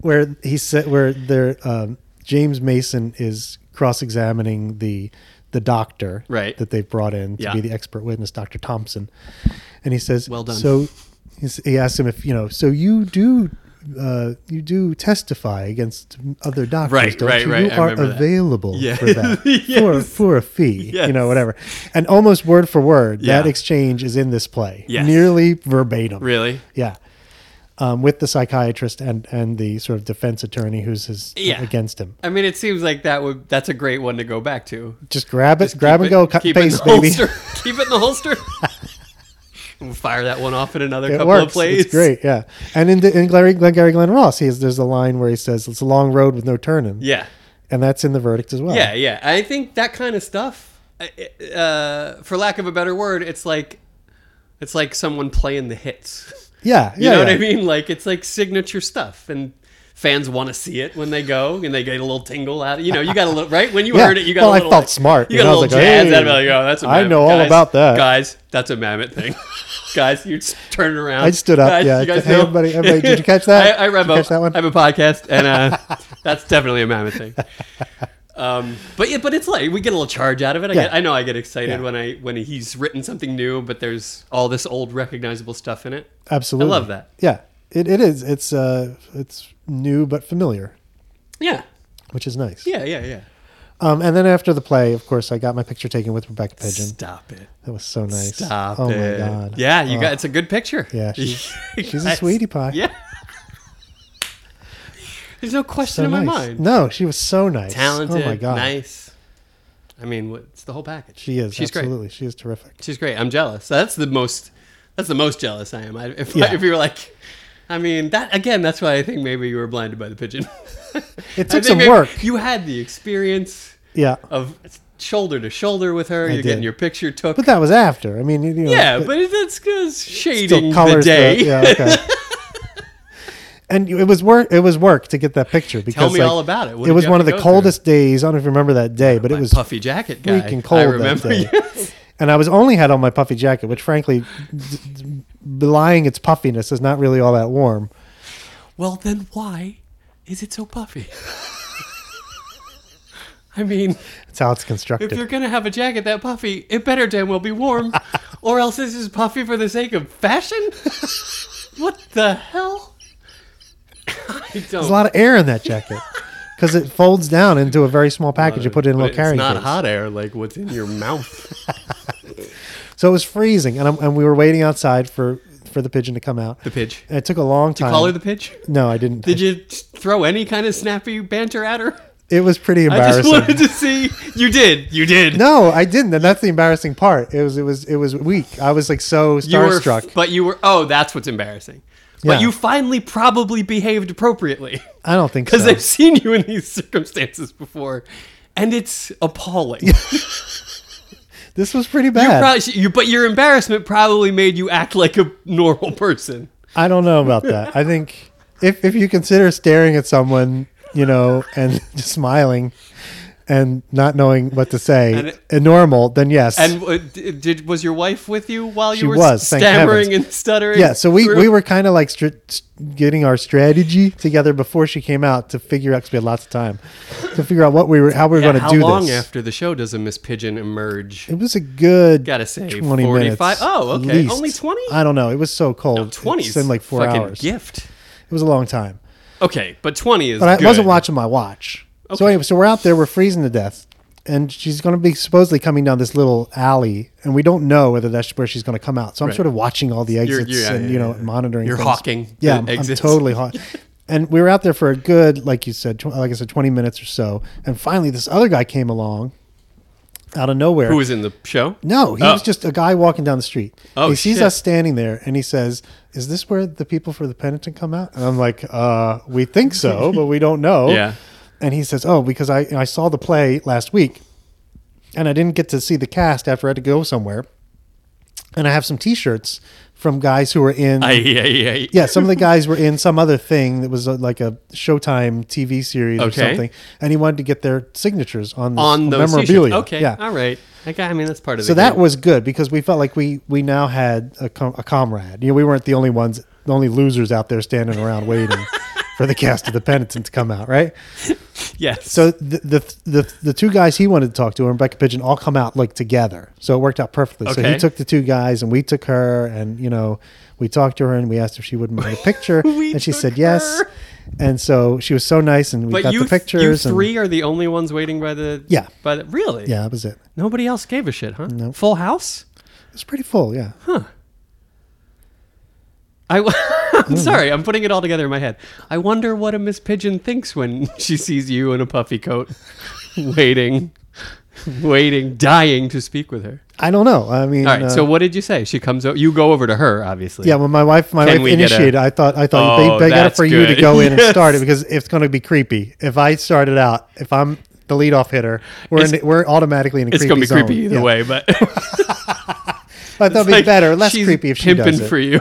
where he said where there um james mason is cross-examining the the doctor
Right.
that they've brought in to
Yeah.
be the expert witness dr thompson and he says
Well done.
so he's- he asks him if you know so you do uh, you do testify against other doctors,
Right,
don't
right,
you?
right.
You
I
are
remember that.
available
Yeah.
for that
Yes.
for, for a fee, you
Yes.
know, whatever. And almost word for word,
Yeah.
that exchange is in this play,
Yes.
nearly verbatim.
Really.
Yeah. Um, with the psychiatrist and, and the sort of defense attorney who's his
Yeah.
against him.
I mean, it seems like that would that's a great one to go back to.
Just grab it, grab
Keep
and
it-
go, cut and
keep it in
paste,
the
baby.
holster. keep it in the holster. we'll fire that one off in another
It
couple of
works.
plays.
It's great, yeah. And in, the, in Glengarry, Glengarry Glen Ross, he has, there's a line where he says, "It's a long road with no turning,"
Yeah.
and that's in the verdict as well.
Yeah, yeah. I think that kind of stuff, uh, uh, for lack of a better word, it's like it's like someone playing the hits.
yeah,
You
yeah,
know what
yeah.
I mean? Like it's like signature stuff, and fans want to see it when they go, and they get a little tingle out. of You know, you got a little right when you
Yeah.
heard it. You got
Well,
a
I
little.
felt
like-
smart,
You
you
got
know,
a
I was
little
like,
jazz
"Hey,
out of it. Like, oh, that's a
I
mammoth.
know all
guys,
about that."
guys. That's a mammoth thing. guys, you just turn around.
I stood up,
Guys,
yeah.
you guys
Hey,
know?
everybody- everybody, did you catch that?
I, I
Did you
revo.
catch that one?
I have a podcast, and uh, that's definitely a mammoth thing. Um, but yeah, but it's like we get a little charge out of it. I, get,
Yeah.
I know I get excited
Yeah.
when I when he's written something new, but there's all this old recognizable stuff in it.
Absolutely,
I love that.
Yeah, it, it is. It's uh, it's new but familiar,
Yeah,
which is nice.
yeah, yeah, yeah.
Um, and then after the play, of course, I got my picture taken with Rebecca Pigeon.
Stop it.
That was so nice.
Stop
oh
it.
my god. Oh.
Yeah, you got it's a good picture.
Yeah, she's- she's a
Guys,
sweetie pie.
Yeah. There's no question
so
in my
nice.
mind.
No, she was so nice.
Talented,
Oh my god.
nice. I mean, what- it's the whole package.
She is.
She's great.
absolutely. She is terrific.
She's great. I'm jealous. That's the most. That's the most jealous I am. I, if
Yeah.
if you were like, I mean, that again. That's why I think maybe you were blinded by the pigeon.
It
I
took
think
some
maybe
work.
You had the experience
Yeah.
of shoulder to shoulder with her. You're getting
did.
your picture took.
But that was after. I mean, you know,
yeah,
it
but that's because shading
still
the
colors
day.
yeah, okay. And you- it was work. It was work to get that picture because
me
like,
all about it. What
it
did
was
you
one
have
of the
to go through?
coldest days. I don't know if you remember that day, but it was
puffy jacket guy.
freaking cold
I remember.
that day.
you.
And I was only had on my puffy jacket, which frankly, d- d- belying its puffiness, is not really all that warm.
Well, then why is it so puffy? I mean,
That's how it's
if you're
constructed.
gonna have a jacket that puffy, it better damn well be warm, or else this is puffy for the sake of fashion. what the hell? I
There's
don't.
a lot of air in that jacket because it folds down into a very small package. You put it in a
But
little carrying
It's not
case.
hot air like what's in your mouth.
So it was freezing, and, I'm, and we were waiting outside for for the pigeon to come out.
The pitch.
And it took a long time.
Call her the pitch.
no, I didn't.
Did you throw any kind of snappy banter at her?
it was pretty
I just
embarrassing.
wanted to see. You did. You did.
no, I didn't, and that's the embarrassing part. It was it was it was weak. I was like so
you were,
starstruck.
but you were. Oh, that's what's embarrassing.
Yeah.
But you finally probably behaved appropriately
I don't think so.
because they've seen you in these circumstances before, and it's appalling.
This was pretty bad.
Probably- you, but your embarrassment probably made you act like a normal person.
I don't know about that. I think if if you consider staring at someone, you know, and just smiling and not knowing what to say,
And
and,
it-
normal, then yes.
And uh, d- did was your wife with you while you
She
were
was, thank
stammering
heavens.
and stuttering?
yeah, so we,
through?
we were kind of like str- st- getting our strategy together before she came out to figure out because we had lots of time to figure out what we were how we were
Yeah,
going to
how
do
long
this.
after the show does a Miss Pigeon emerge?
It was a good
Gotta say,
20
45
minutes.
Oh, okay.
at least.
Only 20?
I don't know. It was so cold. It
20 is
seemed like four
fucking
hours.
gift.
It was a long time.
Okay, but 20 is
but I
good.
wasn't watching my watch. So anyway, so we're out there, we're freezing to death, and she's going to be supposedly coming down this little alley, and we don't know whether that's where she's going to come out. So I'm sort of watching all the exits
yeah,
and
yeah,
you know
yeah.
monitoring.
You're
things.
hawking
Yeah,
the
I'm, I'm
exits.
totally hawking. and we were out there for a good, like you said, tw- like I said, 20 minutes or so, and finally this other guy came along, out of nowhere.
Who was in the show?
No, he
Oh.
was just a guy walking down the street.
Oh,
he sees
shit.
us standing there and he says, Is this where the people for the penitent come out? And I'm like, uh, We think so, but we don't know.
Yeah.
And he says, Oh, because I, I saw the play last week and I didn't get to see the cast after I had to go somewhere. And I have some t shirts from guys who were in.
I, I, I,
yeah, some of the guys were in some other thing that was uh, like a Showtime TV series or
Okay.
something, and he wanted to get their signatures on, this
On those t-shirts.
memorabilia.
Okay, all right. I, got, I mean, that's part of
So
the
that
game.
was good because we felt like we we now had a, com- a comrade. You know, we weren't the only ones, the only losers out there standing around waiting for the cast of the penitent to come out, right?
Yes.
So the, the the the two guys he wanted to talk to and Rebecca Pigeon all come out like together. So it worked out perfectly. So he
Okay.
took the two guys and we took her and you know we talked to her and we asked if she wouldn't mind a picture
We
and she
took
said yes.
her.
And so she was so nice and we
but
got
you,
the pictures.
you
and-
three are the only ones waiting by the.
Yeah.
By the, really?
yeah, that was it.
Nobody else gave a shit, huh? No. Full house?
It was pretty full. Yeah.
I,
Mm-hmm.
am sorry, I'm putting it all together in my head. I wonder what a Miss Pigeon thinks when she sees you in a puffy coat, waiting, waiting, dying to speak with her.
I don't know. I mean,
All right,
uh,
so what did you say? She comes over. You go over to her, obviously.
Yeah, when my wife my
Can
wife
we get a-
initiated, I thought I thought
Oh,
they, they got it
that's
for you to
good.
go in and
Yes.
start it because it's going to be creepy. If I started out, if I'm the leadoff hitter, we're in,
It's-
we're automatically in a
it's
creepy
gonna be
zone.
creepy either
Yeah.
way, but
But that'll be
like,
better, less
she's
creepy if she
pimping
does it.
for you.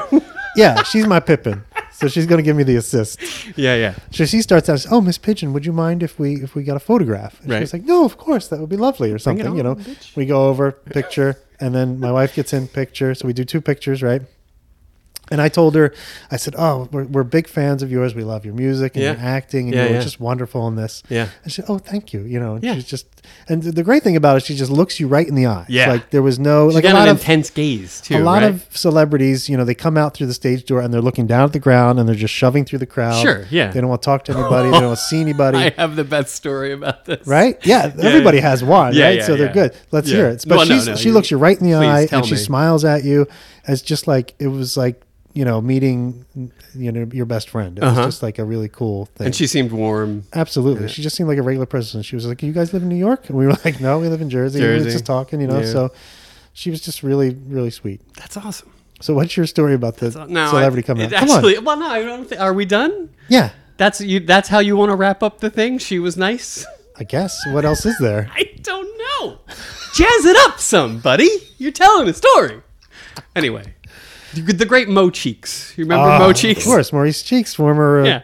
yeah, she's my Pippin, so she's going to give me the assist.
yeah, yeah.
So she starts out, "Oh, Miss Pigeon, would you mind if we if we got a photograph?" And
Right.
she's like, "No, of course, that would be lovely," or something.
on,
you know,
bitch.
we go over picture, and then my wife gets in picture, so we do two pictures, right? And I told her, I said, "Oh, we're, we're big fans of yours. We love your music and
Yeah.
your acting, and
Yeah,
you're
yeah.
just wonderful in this."
Yeah.
And she, said, "Oh, thank you." You know, and
Yeah.
she's just, and th- the great thing about it, she just looks you right in the eye.
Yeah.
like there was no
She
like a
got
lot
an
of
intense gaze too.
a lot
right?
of celebrities, you know, they come out through the stage door and they're looking down at the ground and they're just shoving through the crowd.
Sure, yeah.
They don't want to talk to anybody. they don't want to see anybody.
I have the best story about this.
right? Yeah. everybody
yeah.
has one,
Yeah,
right?
yeah,
so they're
yeah.
good. Let's
Yeah.
hear it. But
Well, no,
she's,
no,
she
you-
looks you right in the
please
eye
tell
and she
me.
smiles at you as just like it was like, you know, meeting, you know, your best friend. It
Uh-huh.
was just like a really cool thing.
And she seemed warm.
Absolutely. She just seemed like a regular person. She was like, You guys live in New York? And we were like, No, we live in Jersey. And We
Jersey.
were just talking, you know.
Yeah.
So she was just really, really sweet.
That's awesome.
So what's your story about the
So- No, I-
celebrity coming out?
it
Come
Actually,
on.
well, no, I don't. Think, are we done?
Yeah,
That's you. That's how you want to wrap up the thing. She was nice.
I guess. What else is there?
I don't know. Jazz it up, some buddy. You're telling a story. Anyway, the the great Mo Cheeks. You remember Mo
Ah,
Cheeks?
Of course, Maurice Cheeks, former uh,
Yeah.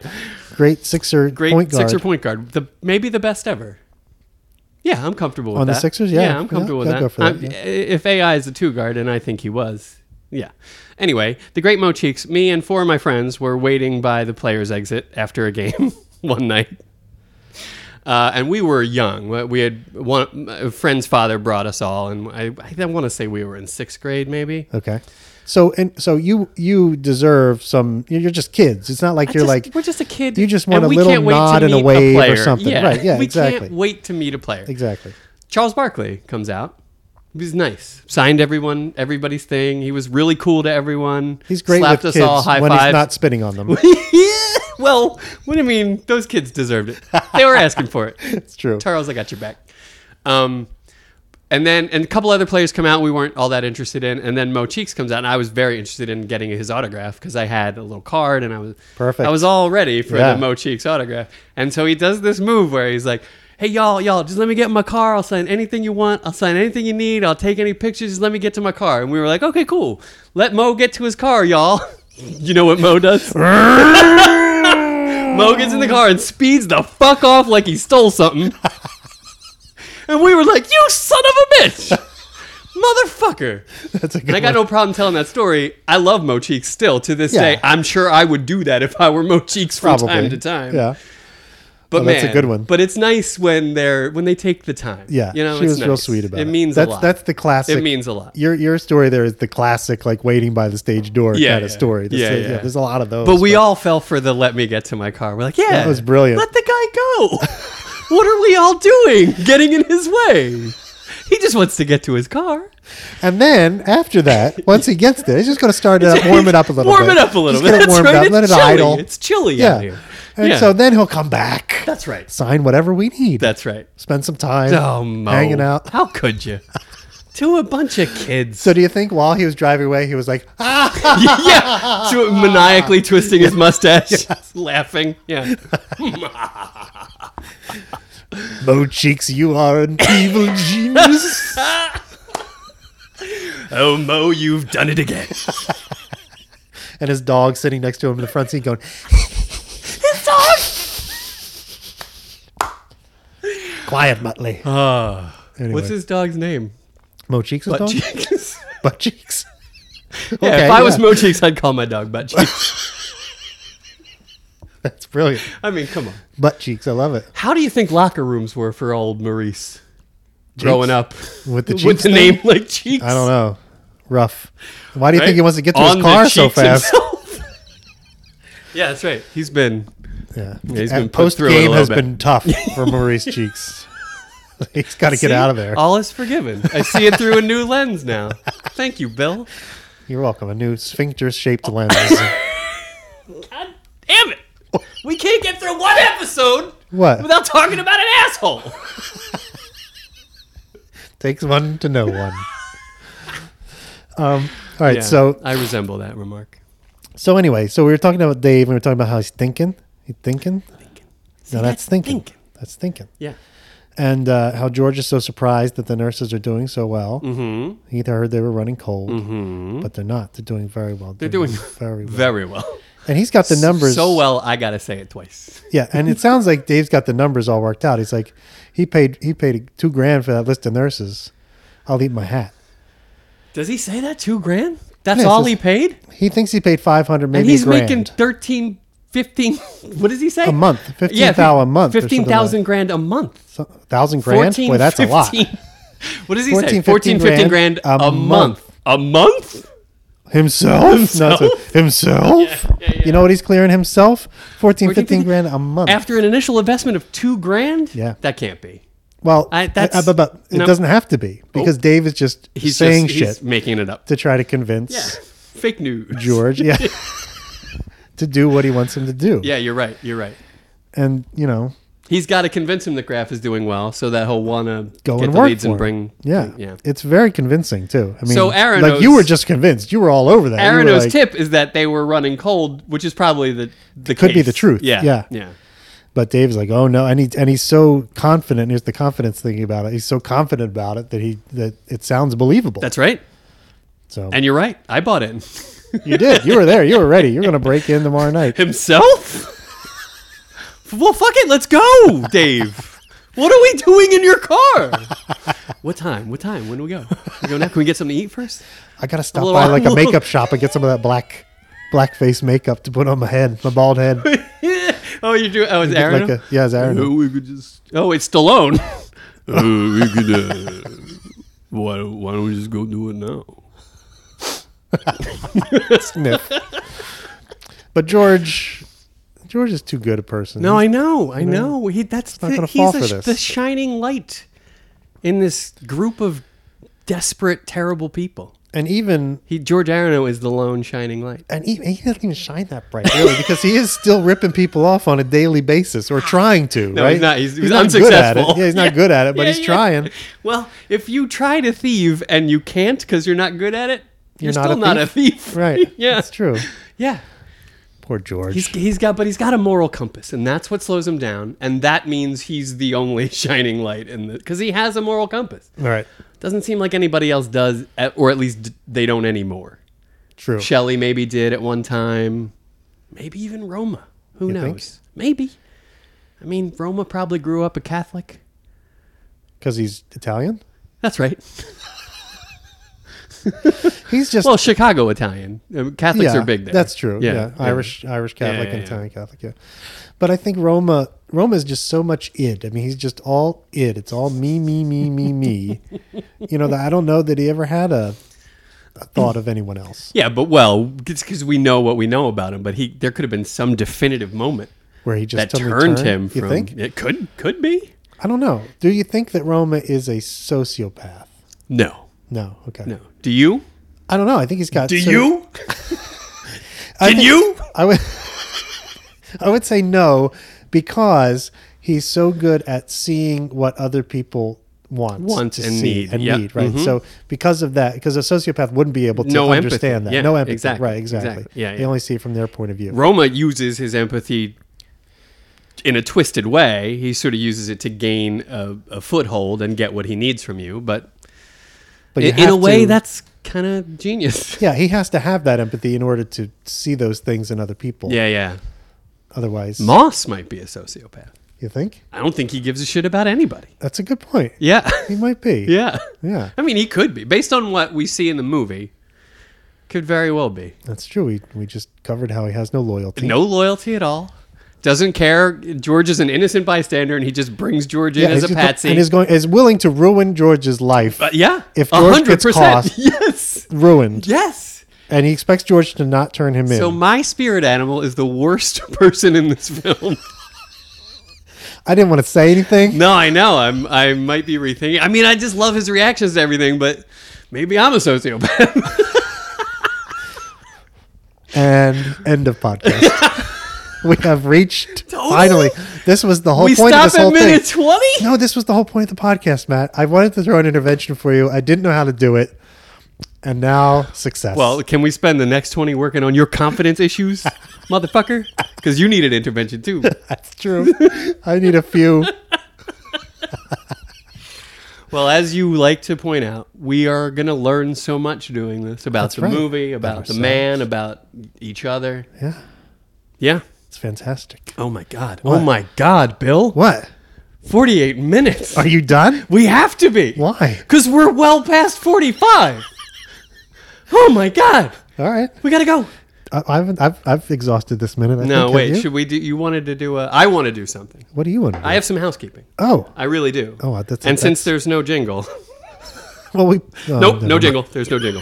great Sixer
Great
point guard.
sixer point guard. The maybe the best ever. Yeah, I'm comfortable with
On
that.
the Sixers? Yeah,
I'm
yeah,
comfortable
I'd go
with
for
that.
that,
I'm- If AI is a two guard, and I think he was, yeah. Anyway, the great Mo Cheeks, me and four of my friends were waiting by the players' exit after a game one night. Uh, and we were young. We- We had one a friend's father brought us all, and I, I want to say we were in sixth grade, maybe.
okay. So and so you you deserve some. You're just kids. It's not like
I
you're
just-
like
we're just a kid.
you just
and
want a
we
little
can't wait to
nod and a
meet
wave or
player.
something. Right, yeah,
we
exactly.
can't wait to meet a player.
exactly.
Charles Barkley comes out. He was nice. Signed everyone, everybody's thing. He was really cool to everyone.
He's great
Slapped
with
us
kids
all high
when he's
five.
not spitting on them.
well, what do you mean? Those kids deserved it. They were asking for it.
It's true.
Charles, I got your back. Um, And then and a couple other players come out we weren't all that interested in. And then Mo Cheeks comes out and I was very interested in getting his autograph because I had a little card and I was
Perfect.
I was all ready for
Yeah.
the Mo Cheeks autograph. And so he does this move where he's like, Hey y'all, y'all, just let me get in my car. I'll sign anything you want. I'll sign anything you need. I'll take any pictures. Just let me get to my car. And we were like, Okay, cool. Let Mo get to his car, y'all. you know what Mo does? Mo gets in the car and speeds the fuck off like he stole something. and we were like, "You son of a bitch, motherfucker!"
That's a good
And I got
one.
no problem telling that story. I love Mo Cheeks still to this
Yeah.
day. I'm sure I would do that if I were Mo Cheeks from
Probably.
time to time.
Yeah.
but
Well, that's a
man,
good one.
But it's nice when they're when they take the time.
Yeah.
you know,
she
it's
was real
nice.
sweet about it.
It means
that's,
a lot.
That's the classic.
it means a lot.
Your, your story there is the classic, like waiting by the stage door
Yeah,
kind of
yeah.
story. This
Yeah,
is-
yeah.
There's a lot of those.
But we all fell for the let me get to my car. We're like, yeah,
was brilliant.
Let the guy go. what are we all doing? Getting in his way. He just wants to get to his car.
And then after that, once he gets there, he's just going to start it up, warm it up a little
warm
bit.
it up a little
Just
bit.
Get it
That's
warmed
right.
up.
It's
let it
chilly.
idle.
It's chilly out
Yeah.
here.
And
Yeah.
so then he'll come back.
That's right.
Sign whatever we need.
That's right.
Spend some time
Oh, Mo.
hanging out.
How could you? To a bunch of kids.
So do you think while he was driving away, he was like, ah,
yeah. To, maniacally twisting his mustache, laughing. Yeah.
Mo Cheeks, you are an evil genius.
Oh, Mo, you've done it again.
and his dog sitting next to him in the front seat going,
His dog.
quiet, Muttley. anyway,
Uh, What's his dog's name?
Mo Cheeks'
Butt
Ah. dog?
Cheeks.
Butt Cheeks.
yeah,
Okay,
if I was
yeah.
Mo Cheeks, I'd call my dog Butt Cheeks.
That's brilliant.
I mean, come on.
Butt Cheeks. I love it.
How do you think locker rooms were for old Maurice growing up
With the
with
Cheeks
the
thing?
name like Cheeks?
I don't know. Rough. Why do you
Right?
think he wants to get to
On
his
the
car so
cheeks
fast?
himself. yeah, that's right. He's been
Yeah.
he's been put
post
through it a
game
little
has
bit.
been tough for Maurice Cheeks. He's got to get
See? Uh,
out of there.
All is forgiven. I see it through a new lens now. Thank you, Bill.
You're welcome. A new sphincter shaped lens.
God damn it! We can't get through one episode
What?
without talking about an asshole.
Takes one to know one. Um, all right.
Yeah,
So
I resemble that remark.
so anyway, so we were talking about Dave, and we were talking about how he's thinking. He's thinking. no, that's,
that's
thinking.
thinking.
That's thinking.
Yeah.
And uh, how George is so surprised that the nurses are doing so well. Mm-hmm. He heard they were running cold, but they're not. They're doing very well. They're,
Mm-hmm. doing
very well.
Very well.
and he's got the numbers
So well, I gotta say it twice.
Yeah, and it sounds like Dave's got the numbers all worked out. He's like, he paid he paid two grand for that list of nurses. I'll eat my hat.
Does he say that two grand? That's
Yeah, it
all
says-
he paid,
He thinks he paid five hundred, maybe
and he's
a grand.
making 13, 15, What does he say?
a month,
Yeah,
fifteen thousand a month, or something
Fifteen
like-
thousand grand a month.
So- thousand grand. Boy, that's a lot.
15 What does he
14,
say? 14, 15 grand, a, month. A month?
Himself,
Himself?
No, so- himself.
yeah, yeah.
You know what he's clearing himself? 14,
14,
15 grand a month.
After an initial investment of two grand?
Yeah.
That can't be.
well,
I- that's-
uh, but, but it
no. Oh.
doesn't have to be because Dave is just
He's
saying
just
shit
He's making it up.
to try to convince
Yeah. Fake news.
George, yeah, to do what he wants him to do.
Yeah, you're right. You're right.
and you know,
He's got to convince him that Graf is doing well so that he'll want to
go
get
and
the
work
leads
for
and
him.
bring.
Yeah.
Yeah.
it's very convincing too. I mean,
So Aranos-
like you were just convinced. You were all over that. You were
Arano's
like-
tip is that they were running cold, which is probably the the
Could be
case.
the truth.
Yeah.
Yeah.
Yeah.
but Dave's like, oh no, and he and he's so confident. Here's the confidence thing about it. He's so confident about it that he that it sounds believable.
That's right.
so
And you're right. I bought in.
you did. You were there. You were ready. You're gonna break in tomorrow night.
Himself? well, fuck it. Let's go, Dave. what are we doing in your car? what time? What time? When do we go? We go now. Can we get something to eat first?
I gotta stop
little-
by like a
a little-
makeup shop and get some of that black black face makeup to put on my head, my bald head.
oh, you're doing. Oh, it's
get
Aaron.
like a- yeah, it's Aaron.
Oh, we could just. Oh, it's Stallone. oh, we could. Uh, why, why don't we just go do it now?
Sniff. But George, George is too good a person.
No, I know, I know. He that's
not
the-
gonna
he's
fall for
the, sh-
this.
the shining light in this group of desperate, terrible people.
and even
He George Arano is the lone shining light.
and even, he doesn't even shine that bright really because he is still ripping people off on a daily basis or trying to.
No,
right?
he's not. He's, he's
good at
unsuccessful.
it. Yeah, he's not good at it, but
Yeah,
he's
yeah.
trying.
Well, if you try to thieve and you can't because you're not good at it, you're,
You're not
still
a
not a thief.
Right.
yeah.
That's true.
Yeah.
Poor George.
He's, he's got, but he's got a moral compass, and that's what slows him down. And that means he's the only shining light in the because he has a moral compass.
All right.
Doesn't seem like anybody else does, at- or at least d- they don't anymore.
True.
Shelley maybe did at one time, maybe even Roma. Who
You think?
knows? Maybe. I mean, Roma probably grew up a Catholic.
Because he's Italian.
That's right.
He's just
Well, Chicago Italian. Uh, Catholics
yeah,
are big there.
That's true. Yeah, Irish, Irish Catholic,
yeah,
and
yeah.
Italian Catholic. Yeah, but I think Roma, Roma is just so much id. I mean, he's just all id. It's all me, me, me, me, me. you know, that I don't know that he ever had a, a thought of anyone else
Yeah, but well, it's because we know what we know about him. But he, there could have been some definitive moment
where he just
that
totally
turned him
You
from.
think?
It could could be.
I don't know. Do you think that Roma is a sociopath?
No,
No. Okay.
no. Do you?
I don't know. I think he's got.
Do
so-
you?
I
Did
think-
you?
I would I would say no because he's so good at seeing what other people want,
Want
to
and
see
need.
and
Yeah. Mm-hmm.
need, right? So because of that, because a sociopath wouldn't be able to
No empathy.
understand that.
Yeah,
no empathy.
exactly,
Right, exactly.
exactly. Yeah,
They
yeah.
only see it from their point of view.
Roma uses his empathy in a twisted way. He sort of uses it to gain a, a foothold and get what he needs from you. But
But you
in, in a
have
way,
to-
that's kind of genius.
yeah, he has to have that empathy in order to see those things in other people.
Yeah, yeah.
Otherwise,
Moss might be a sociopath.
you think?
I don't think he gives a shit about anybody.
That's a good point.
Yeah.
He might be.
yeah.
Yeah.
I mean, he could be. Based on what we see in the movie, could very well be.
That's true. We, we just covered how he has no loyalty.
No loyalty at all. Doesn't care. George is an innocent bystander and he just brings George in
Yeah,
as
he's
a
just-
patsy.
And is going is willing to ruin George's life.
But yeah.
If
a
George gets caught-
Yes.
ruined.
Yes.
And he expects George to not turn him in.
So my spirit animal is the worst person in this film.
I didn't want to say anything.
no, I know. I'm I might be rethinking. I mean, I just love his reactions to everything, but maybe I'm a sociopath.
And end of podcast. we have reached finally. This was the whole
we
point of
stop
this
at
whole
minute
thing.
20?
No, this was the whole point of the podcast, Matt. I wanted to throw an intervention for you. I didn't know how to do it. And now success.
Well, can we spend the next 20 working on your confidence issues, motherfucker? Because you need an intervention too.
that's true. I need a few.
Well, as you like to point out, we are going to learn so much doing this about the
right.
movie, about
About
the man, about each other.
Yeah.
Yeah.
It's fantastic.
Oh my God. Oh
What?
my God, Bill.
What?
48 minutes.
Are you done?
We have to be.
Why?
Because we're well past 45. oh my God.
All right.
We got to go.
I, I've, I've, I've exhausted this minute. I
No,
think, have
wait.
you?
Should we do? You wanted to do a. I want to do something.
What do you want to do?
I have some housekeeping.
oh.
I really do.
Oh, that's
and
that's-
since there's no jingle.
well, we oh,
Nope,
never
no jingle. There's no jingle.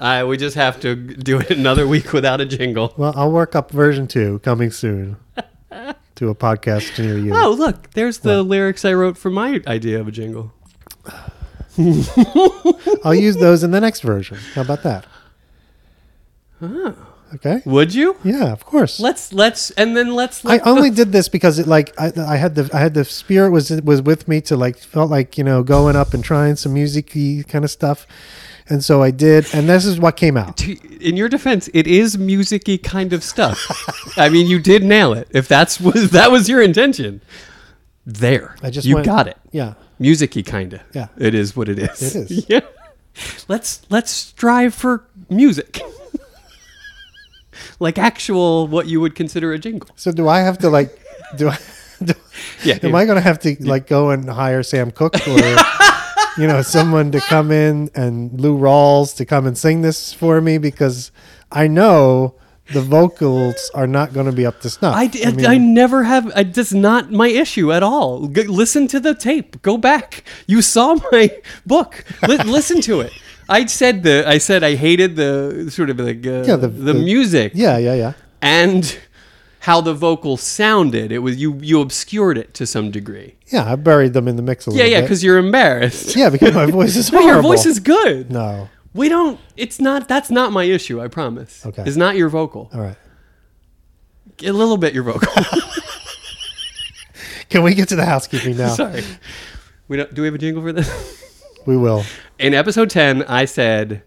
Uh, we just have to do it another week without a jingle.
Well, I'll work up version two coming soon to a podcast near you.
Oh, look, there's the lyrics I wrote for my idea of a jingle.
I'll use those in the next version. How about that? Okay.
Would you?
Yeah, of course.
Let's let's and then let's
I
let the-
only did this because it like I, I had the I had the spirit was was with me to like felt like you know going up and trying some musicy kind of stuff, and so I did, and this is what came out.
to- in your defense, it is musicy kind of stuff. I mean, you did nail it. If that's was that was your intention, there,
I just
you
went-
got it.
Yeah,
Musicy kinda.
Yeah.
it is what it is.
It is.
Yeah. Let's let's strive for music. like actual what you would consider a jingle.
So do I have to like do I do,
Yeah,
Am
yeah.
I going to have to like go and hire Sam Cooke or you know someone to come in and Lou Rawls to come and sing this for me because I know the vocals are not going to be up to snuff.
I, d- I, never have. I, that's not my issue at all. G- listen to the tape. Go back. You saw my book. Li- listen to it. I said the. I said I hated the sort of like uh,
Yeah, the-
the, the
the-
music
yeah, yeah, yeah.
and how the vocal sounded. It was you. You obscured it to some degree.
Yeah, I buried them in the mix a
Yeah,
little
yeah,
bit.
because you're embarrassed.
Yeah, because my voice is
No,
horrible.
your voice is good.
No.
We don't. It's not. That's not my issue. I promise.
Okay.
It's not your vocal.
All right.
A little bit your vocal.
Can we get to the housekeeping now?
Sorry. We don't. Do we have a jingle for this?
We will.
In episode ten, I said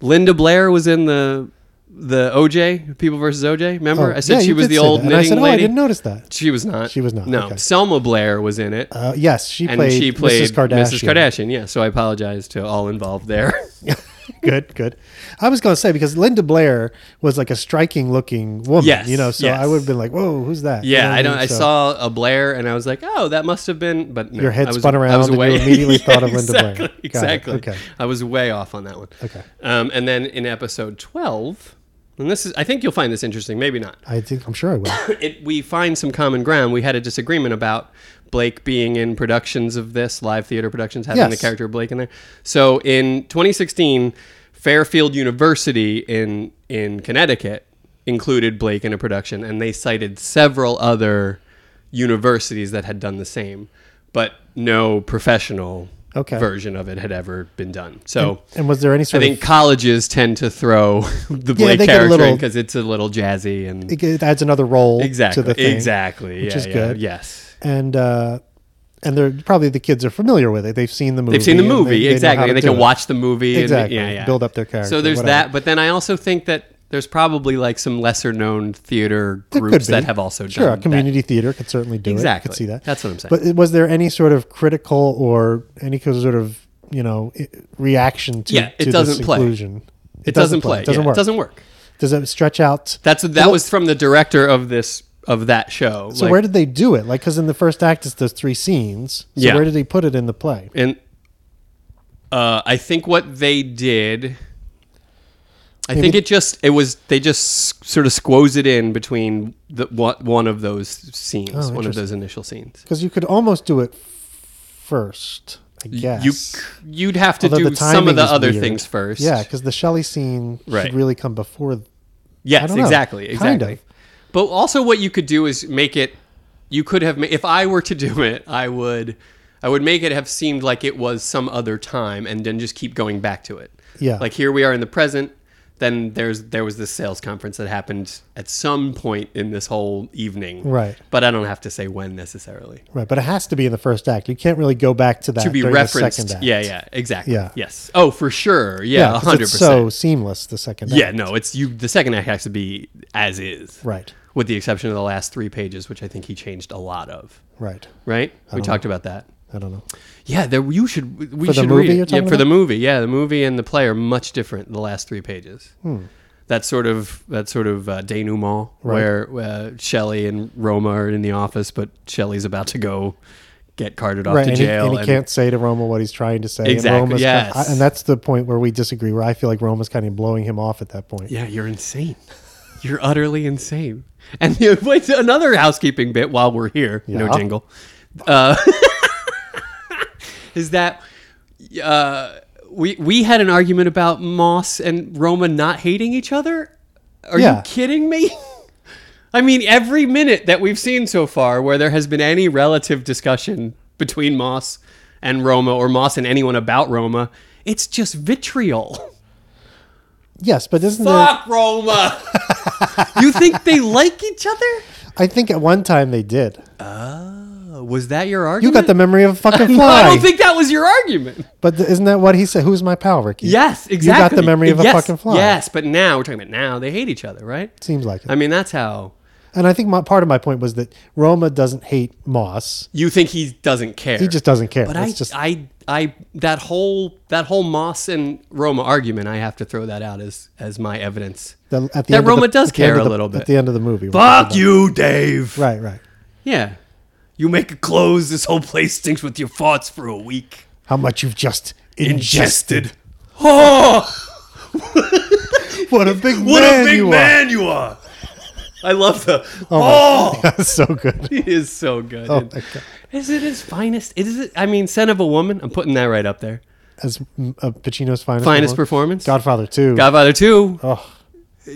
Linda Blair was in the the OJ People versus OJ. Remember,
Oh,
I said
yeah,
she
you
was
did
the
say that.
old
And
knitting
I said, oh,
lady.
I didn't notice that.
She was not.
She was not,
No,
okay.
Selma Blair was in it,
Uh, yes, she
and
played,
she played
Mrs. Kardashian.
Yeah, so I apologize to all involved there.
good, good. I was going to say because Linda Blair was like a striking-looking woman,
Yes,
you know. So
yes.
I would have been like, "Whoa, who's that?" You know
yeah,
what
I don't.
mean?
I
So
saw a Blair, and I was like, "Oh, that must have been." But no,
Your head
I was,
spun
I
around
was
and you
way,
immediately thought of Linda Blair.
exactly,
Got it.
Exactly.
Okay.
I was way off on that one.
Okay.
Um, and then in episode twelve, and this is, I think you'll find this interesting. Maybe not.
I think I'm sure I will.
it, we find some common ground. We had a disagreement about Blake being in productions of this live theater productions, having
Yes.
the character of Blake in there. So in 2016, Fairfield University in in Connecticut included Blake in a production, and they cited several other universities that had done the same, but no professional
Okay.
version of it had ever been done. So.
And was there any
I
sort
think
of?
colleges tend to throw the Blake
they get a
character in
little-
because it's a little jazzy and
It, it adds another role
exactly
to the thing,
exactly
which
yeah,
is
yeah,
good.
yes
and uh, and they're probably the kids are familiar with it. They've seen the movie.
they've seen the
and
movie
they- they know how
exactly
to
and they
do
can
it.
watch the movie and-
Exactly.
yeah, yeah.
Build up their character,
so there's
whatever.
that but then i also think that there's probably like some lesser known theater
There could
groups that
be.
have also done
sure a
that.
community theater could certainly do it. I
Exactly.
could see that.
That's what I'm saying.
But it- was there any sort of critical or any kind of sort of you know i- reaction to?
Yeah, it
to this
doesn't play.
inclusion?
it doesn't play
It doesn't
yeah,
work.
it doesn't work
Does it stretch out?
that's that
Well-
was from the director of this of that show
So where did they do it? Like, because in the first act it's those three scenes. So
Yeah.
where did they put it in the play?
and uh, i think what they did I think it just it was they just sort of squoze it in between the one one of those scenes, one of
Oh, interesting.
those initial scenes.
Because you could almost do it first, I guess.
you c- you'd have to
Although
do some
timing
of the
is
other
weird.
things first.
Yeah, because the Shelley scene
Right.
should really come before. th- I
Yes.
don't know.
Exactly.
Kind
Exactly.
of.
But also, what you could do is make it. You could have. ma- If I were to do it, I would. I would make it have seemed like it was some other time, and then just keep going back to it.
Yeah.
Like here we are in the present. Then there's there was this sales conference that happened at some point in this whole evening.
Right.
But I don't have to say when necessarily.
Right, but it has to be in the first act. You can't really go back to that
To be
during The
referenced.
second act.
Yeah. Yeah. Exactly.
Yeah.
Yes. Oh, for sure. Yeah.
yeah. 'cause
hundred
it's
percent.
so seamless the second.
Yeah,
act.
no, it's you. The second act has to be as is,
Right.
With the exception of the last three pages, which I think he changed a lot of.
Right.
Right? We talked about that.
I don't know.
Yeah, there. You should. We
For the
should
movie
read. it.
you're
yeah,
talking
for the
about?
movie. Yeah, the movie and the play are much different. The last three pages.
Hmm.
That sort of that sort of uh, denouement where uh, Shelley and Roma are in the office, but Shelley's about to go get carted off
Right,
to
and he,
jail.
and he can't say to Roma what he's trying to say.
Exactly,
And, Roma's
yes.
ki- I- and that's the point where we disagree. Where I feel like Roma's kind of blowing him off at that point.
Yeah, you're insane. You're utterly insane. And the, wait, another housekeeping bit while we're here, no
Yeah.
jingle, uh, is that uh, we we had an argument about Moss and Roma not hating each other. Are
Yeah.
you kidding me? I mean, every minute that we've seen so far where there has been any relative discussion between Moss and Roma or Moss and anyone about Roma, it's just vitriol.
Yes, but isn't
Fuck Roma. you think they like each other?
there? I think at one time they did.
Uh, was that your
You
argument?
got the memory of a fucking
No,
fly.
I don't think that was your argument.
but th- isn't that what he said? Who's my pal, Ricky?
Yes,
got
exactly.
the memory of a
Yes,
fucking fly.
Yes, but now we're talking about now they hate each other, right?
Seems like it.
I mean, that's how
and I think my, part of my point was that Roma doesn't hate Moss.
you think he doesn't care.
He just doesn't care.
But
That's
I,
just
I, I, that whole that whole Moss and Roma argument, I have to throw that out as as my evidence.
the, at the
that
end of the-
Roma does
at the end
care
of
a
the-
little bit.
at the end of the movie.
Fuck you, Dave.
Right, right.
Yeah, you make it close. This whole place stinks with your thoughts for a week.
How much you've just ingested.
ingested. Oh,
What a big
what
man
a big
you are.
man you are! I love the oh.
That's so good.
It is so good.
Oh
It-
my God.
is it his finest? It is. It, I mean, "Son of a Woman." I'm putting that right up there.
As mm, uh, Pacino's finest,
Finest
performance.
performance.
Godfather 2.
Godfather Two.
Oh.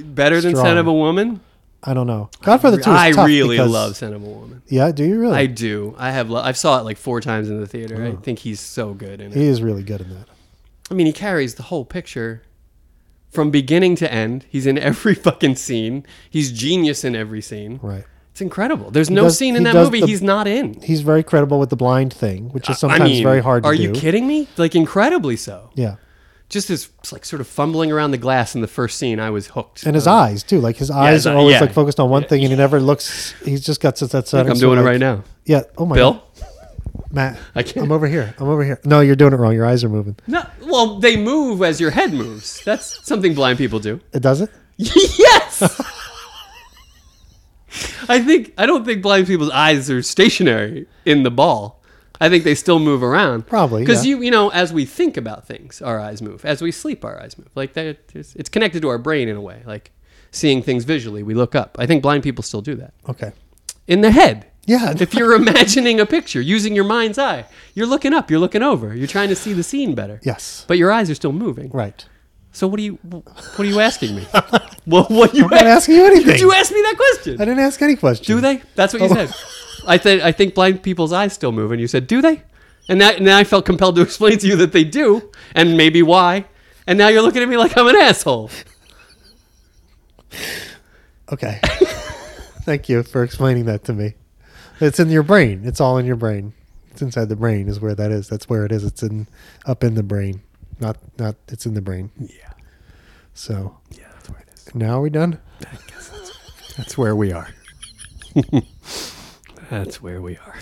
Better than
Strong.
"Son of a Woman."
I don't know. Godfather 2 is
I
tough
really
because-
love "Son of a Woman."
Yeah, do you really?
I
Oh.
do. I have. Lo- I saw it like four times in the theater. I think he's so good in it.
he is really good in that.
I mean, he carries the whole picture from beginning to end. He's in every fucking scene. He's genius in every scene.
Right.
It's incredible. There's no
does-
scene
he
in that
does
movie
the-
he's not in.
He's very credible with the blind thing, which is sometimes
I mean,
very hard to
are
do.
you kidding me? Like incredibly so.
Yeah.
Just his like sort of fumbling around the glass in the first scene, I was hooked. Uh,
And his eyes too. Like his eyes
his
are
eye-
always
yeah.
like focused on one thing, and he never looks. He's just got such that.
Like, I'm doing it right now.
Yeah. Oh my
Bill?
God. Matt.
I can't-
I'm over here. I'm over here. No, you're doing it wrong. Your eyes are moving.
No, well, they move as your head moves. That's something blind people do.
It does it.
yes. I think I don't think blind people's eyes are stationary in the ball. I think they still move around.
Probably,
because
yeah.
you you know as we think about things, our eyes move. As we sleep, our eyes move. Like that, it's it's connected to our brain in a way. Like seeing things visually, we look up. I think blind people still do that
Okay.
in the head.
Yeah.
If you're imagining a picture using your mind's eye, you're looking up, you're looking over, you're trying to see the scene better.
Yes.
But your eyes are still moving.
Right.
So what are you what are you asking me? well, what you
I'm not asking you anything.
Did you ask me that question?
I didn't ask any questions.
do they? That's what you said. I said I think blind people's eyes still move, and you said, "Do they?" And that, now I felt compelled to explain to you that they do, and maybe why. And now you're looking at me like I'm an asshole.
Okay. Thank you for explaining that to me. It's in your brain. It's all in your brain. It's inside the brain is where that is. That's where it is. It's in up in the brain. Not not it's in the brain.
Yeah,
So
yeah, that's where it is.
now are we done? That's where we are.
That's where we are.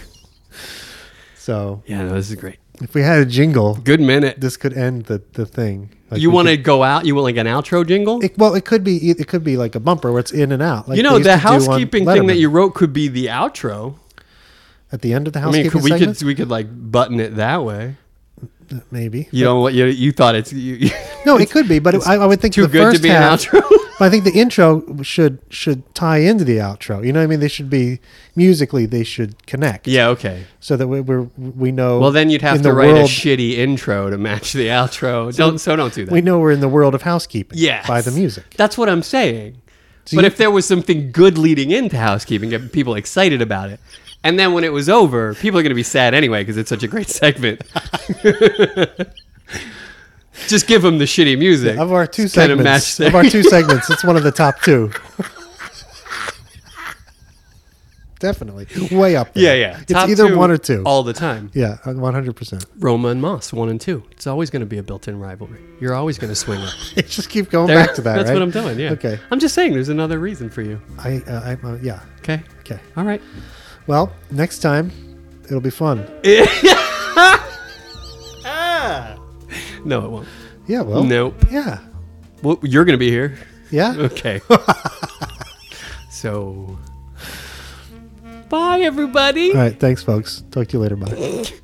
So
Yeah, no, this is great.
if we had a jingle,
Good minute.
this could end the, the thing. Like
You
we
want to
could-
go out? You want like an outro jingle?
it, well, it could be e, it could be like a bumper where it's in and out. Like
you
they
know,
used
the
to do on
housekeeping thing that
Letterman.
you wrote could be the outro.
at the end of the
I mean,
housekeeping
could, we
segment?
could we could like button it that way.
maybe.
You know what? You, you thought it's you, you-
No, it could be, but it, I, I would think
too
the
good
first
to be an
half,
outro.
but I think the intro should should tie into the outro. You know what I mean? They should be musically they should connect.
yeah. Okay.
So that we we're, we know.
Well, then you'd have
in
to
the
write a
world-
shitty intro to match the outro. don't so don't do that.
we know we're in the world of housekeeping.
Yes.
By the music.
That's what I'm saying.
So
but
you-
if there was something good leading into housekeeping, get people excited about it. And then when it was over, people are going to be sad anyway because it's such a great segment. Just give them the shitty music.
Of our two
It's kinda
segments,
match
of
their-
our two segments, it's one of the top two. Definitely, way up.
yeah,
There.
yeah.
It's
Top
either
two
one or two.
All the time.
yeah, uh, one hundred percent.
Roma and Moss, one and two. It's always going to be a built in rivalry. You're always going to swing up.
Just keep going
There-
back to that.
That's
right?
what I'm doing, yeah.
Okay.
I'm just saying there's another reason for you.
I, uh, I, uh, yeah.
Okay.
Okay.
All right.
Well, next time it'll be fun.
No, it won't.
Yeah. Well.
Nope.
Yeah.
Well, you're going to be here.
Yeah.
Okay. so, bye, everybody.
All right. Thanks, folks. Talk to you later. Bye.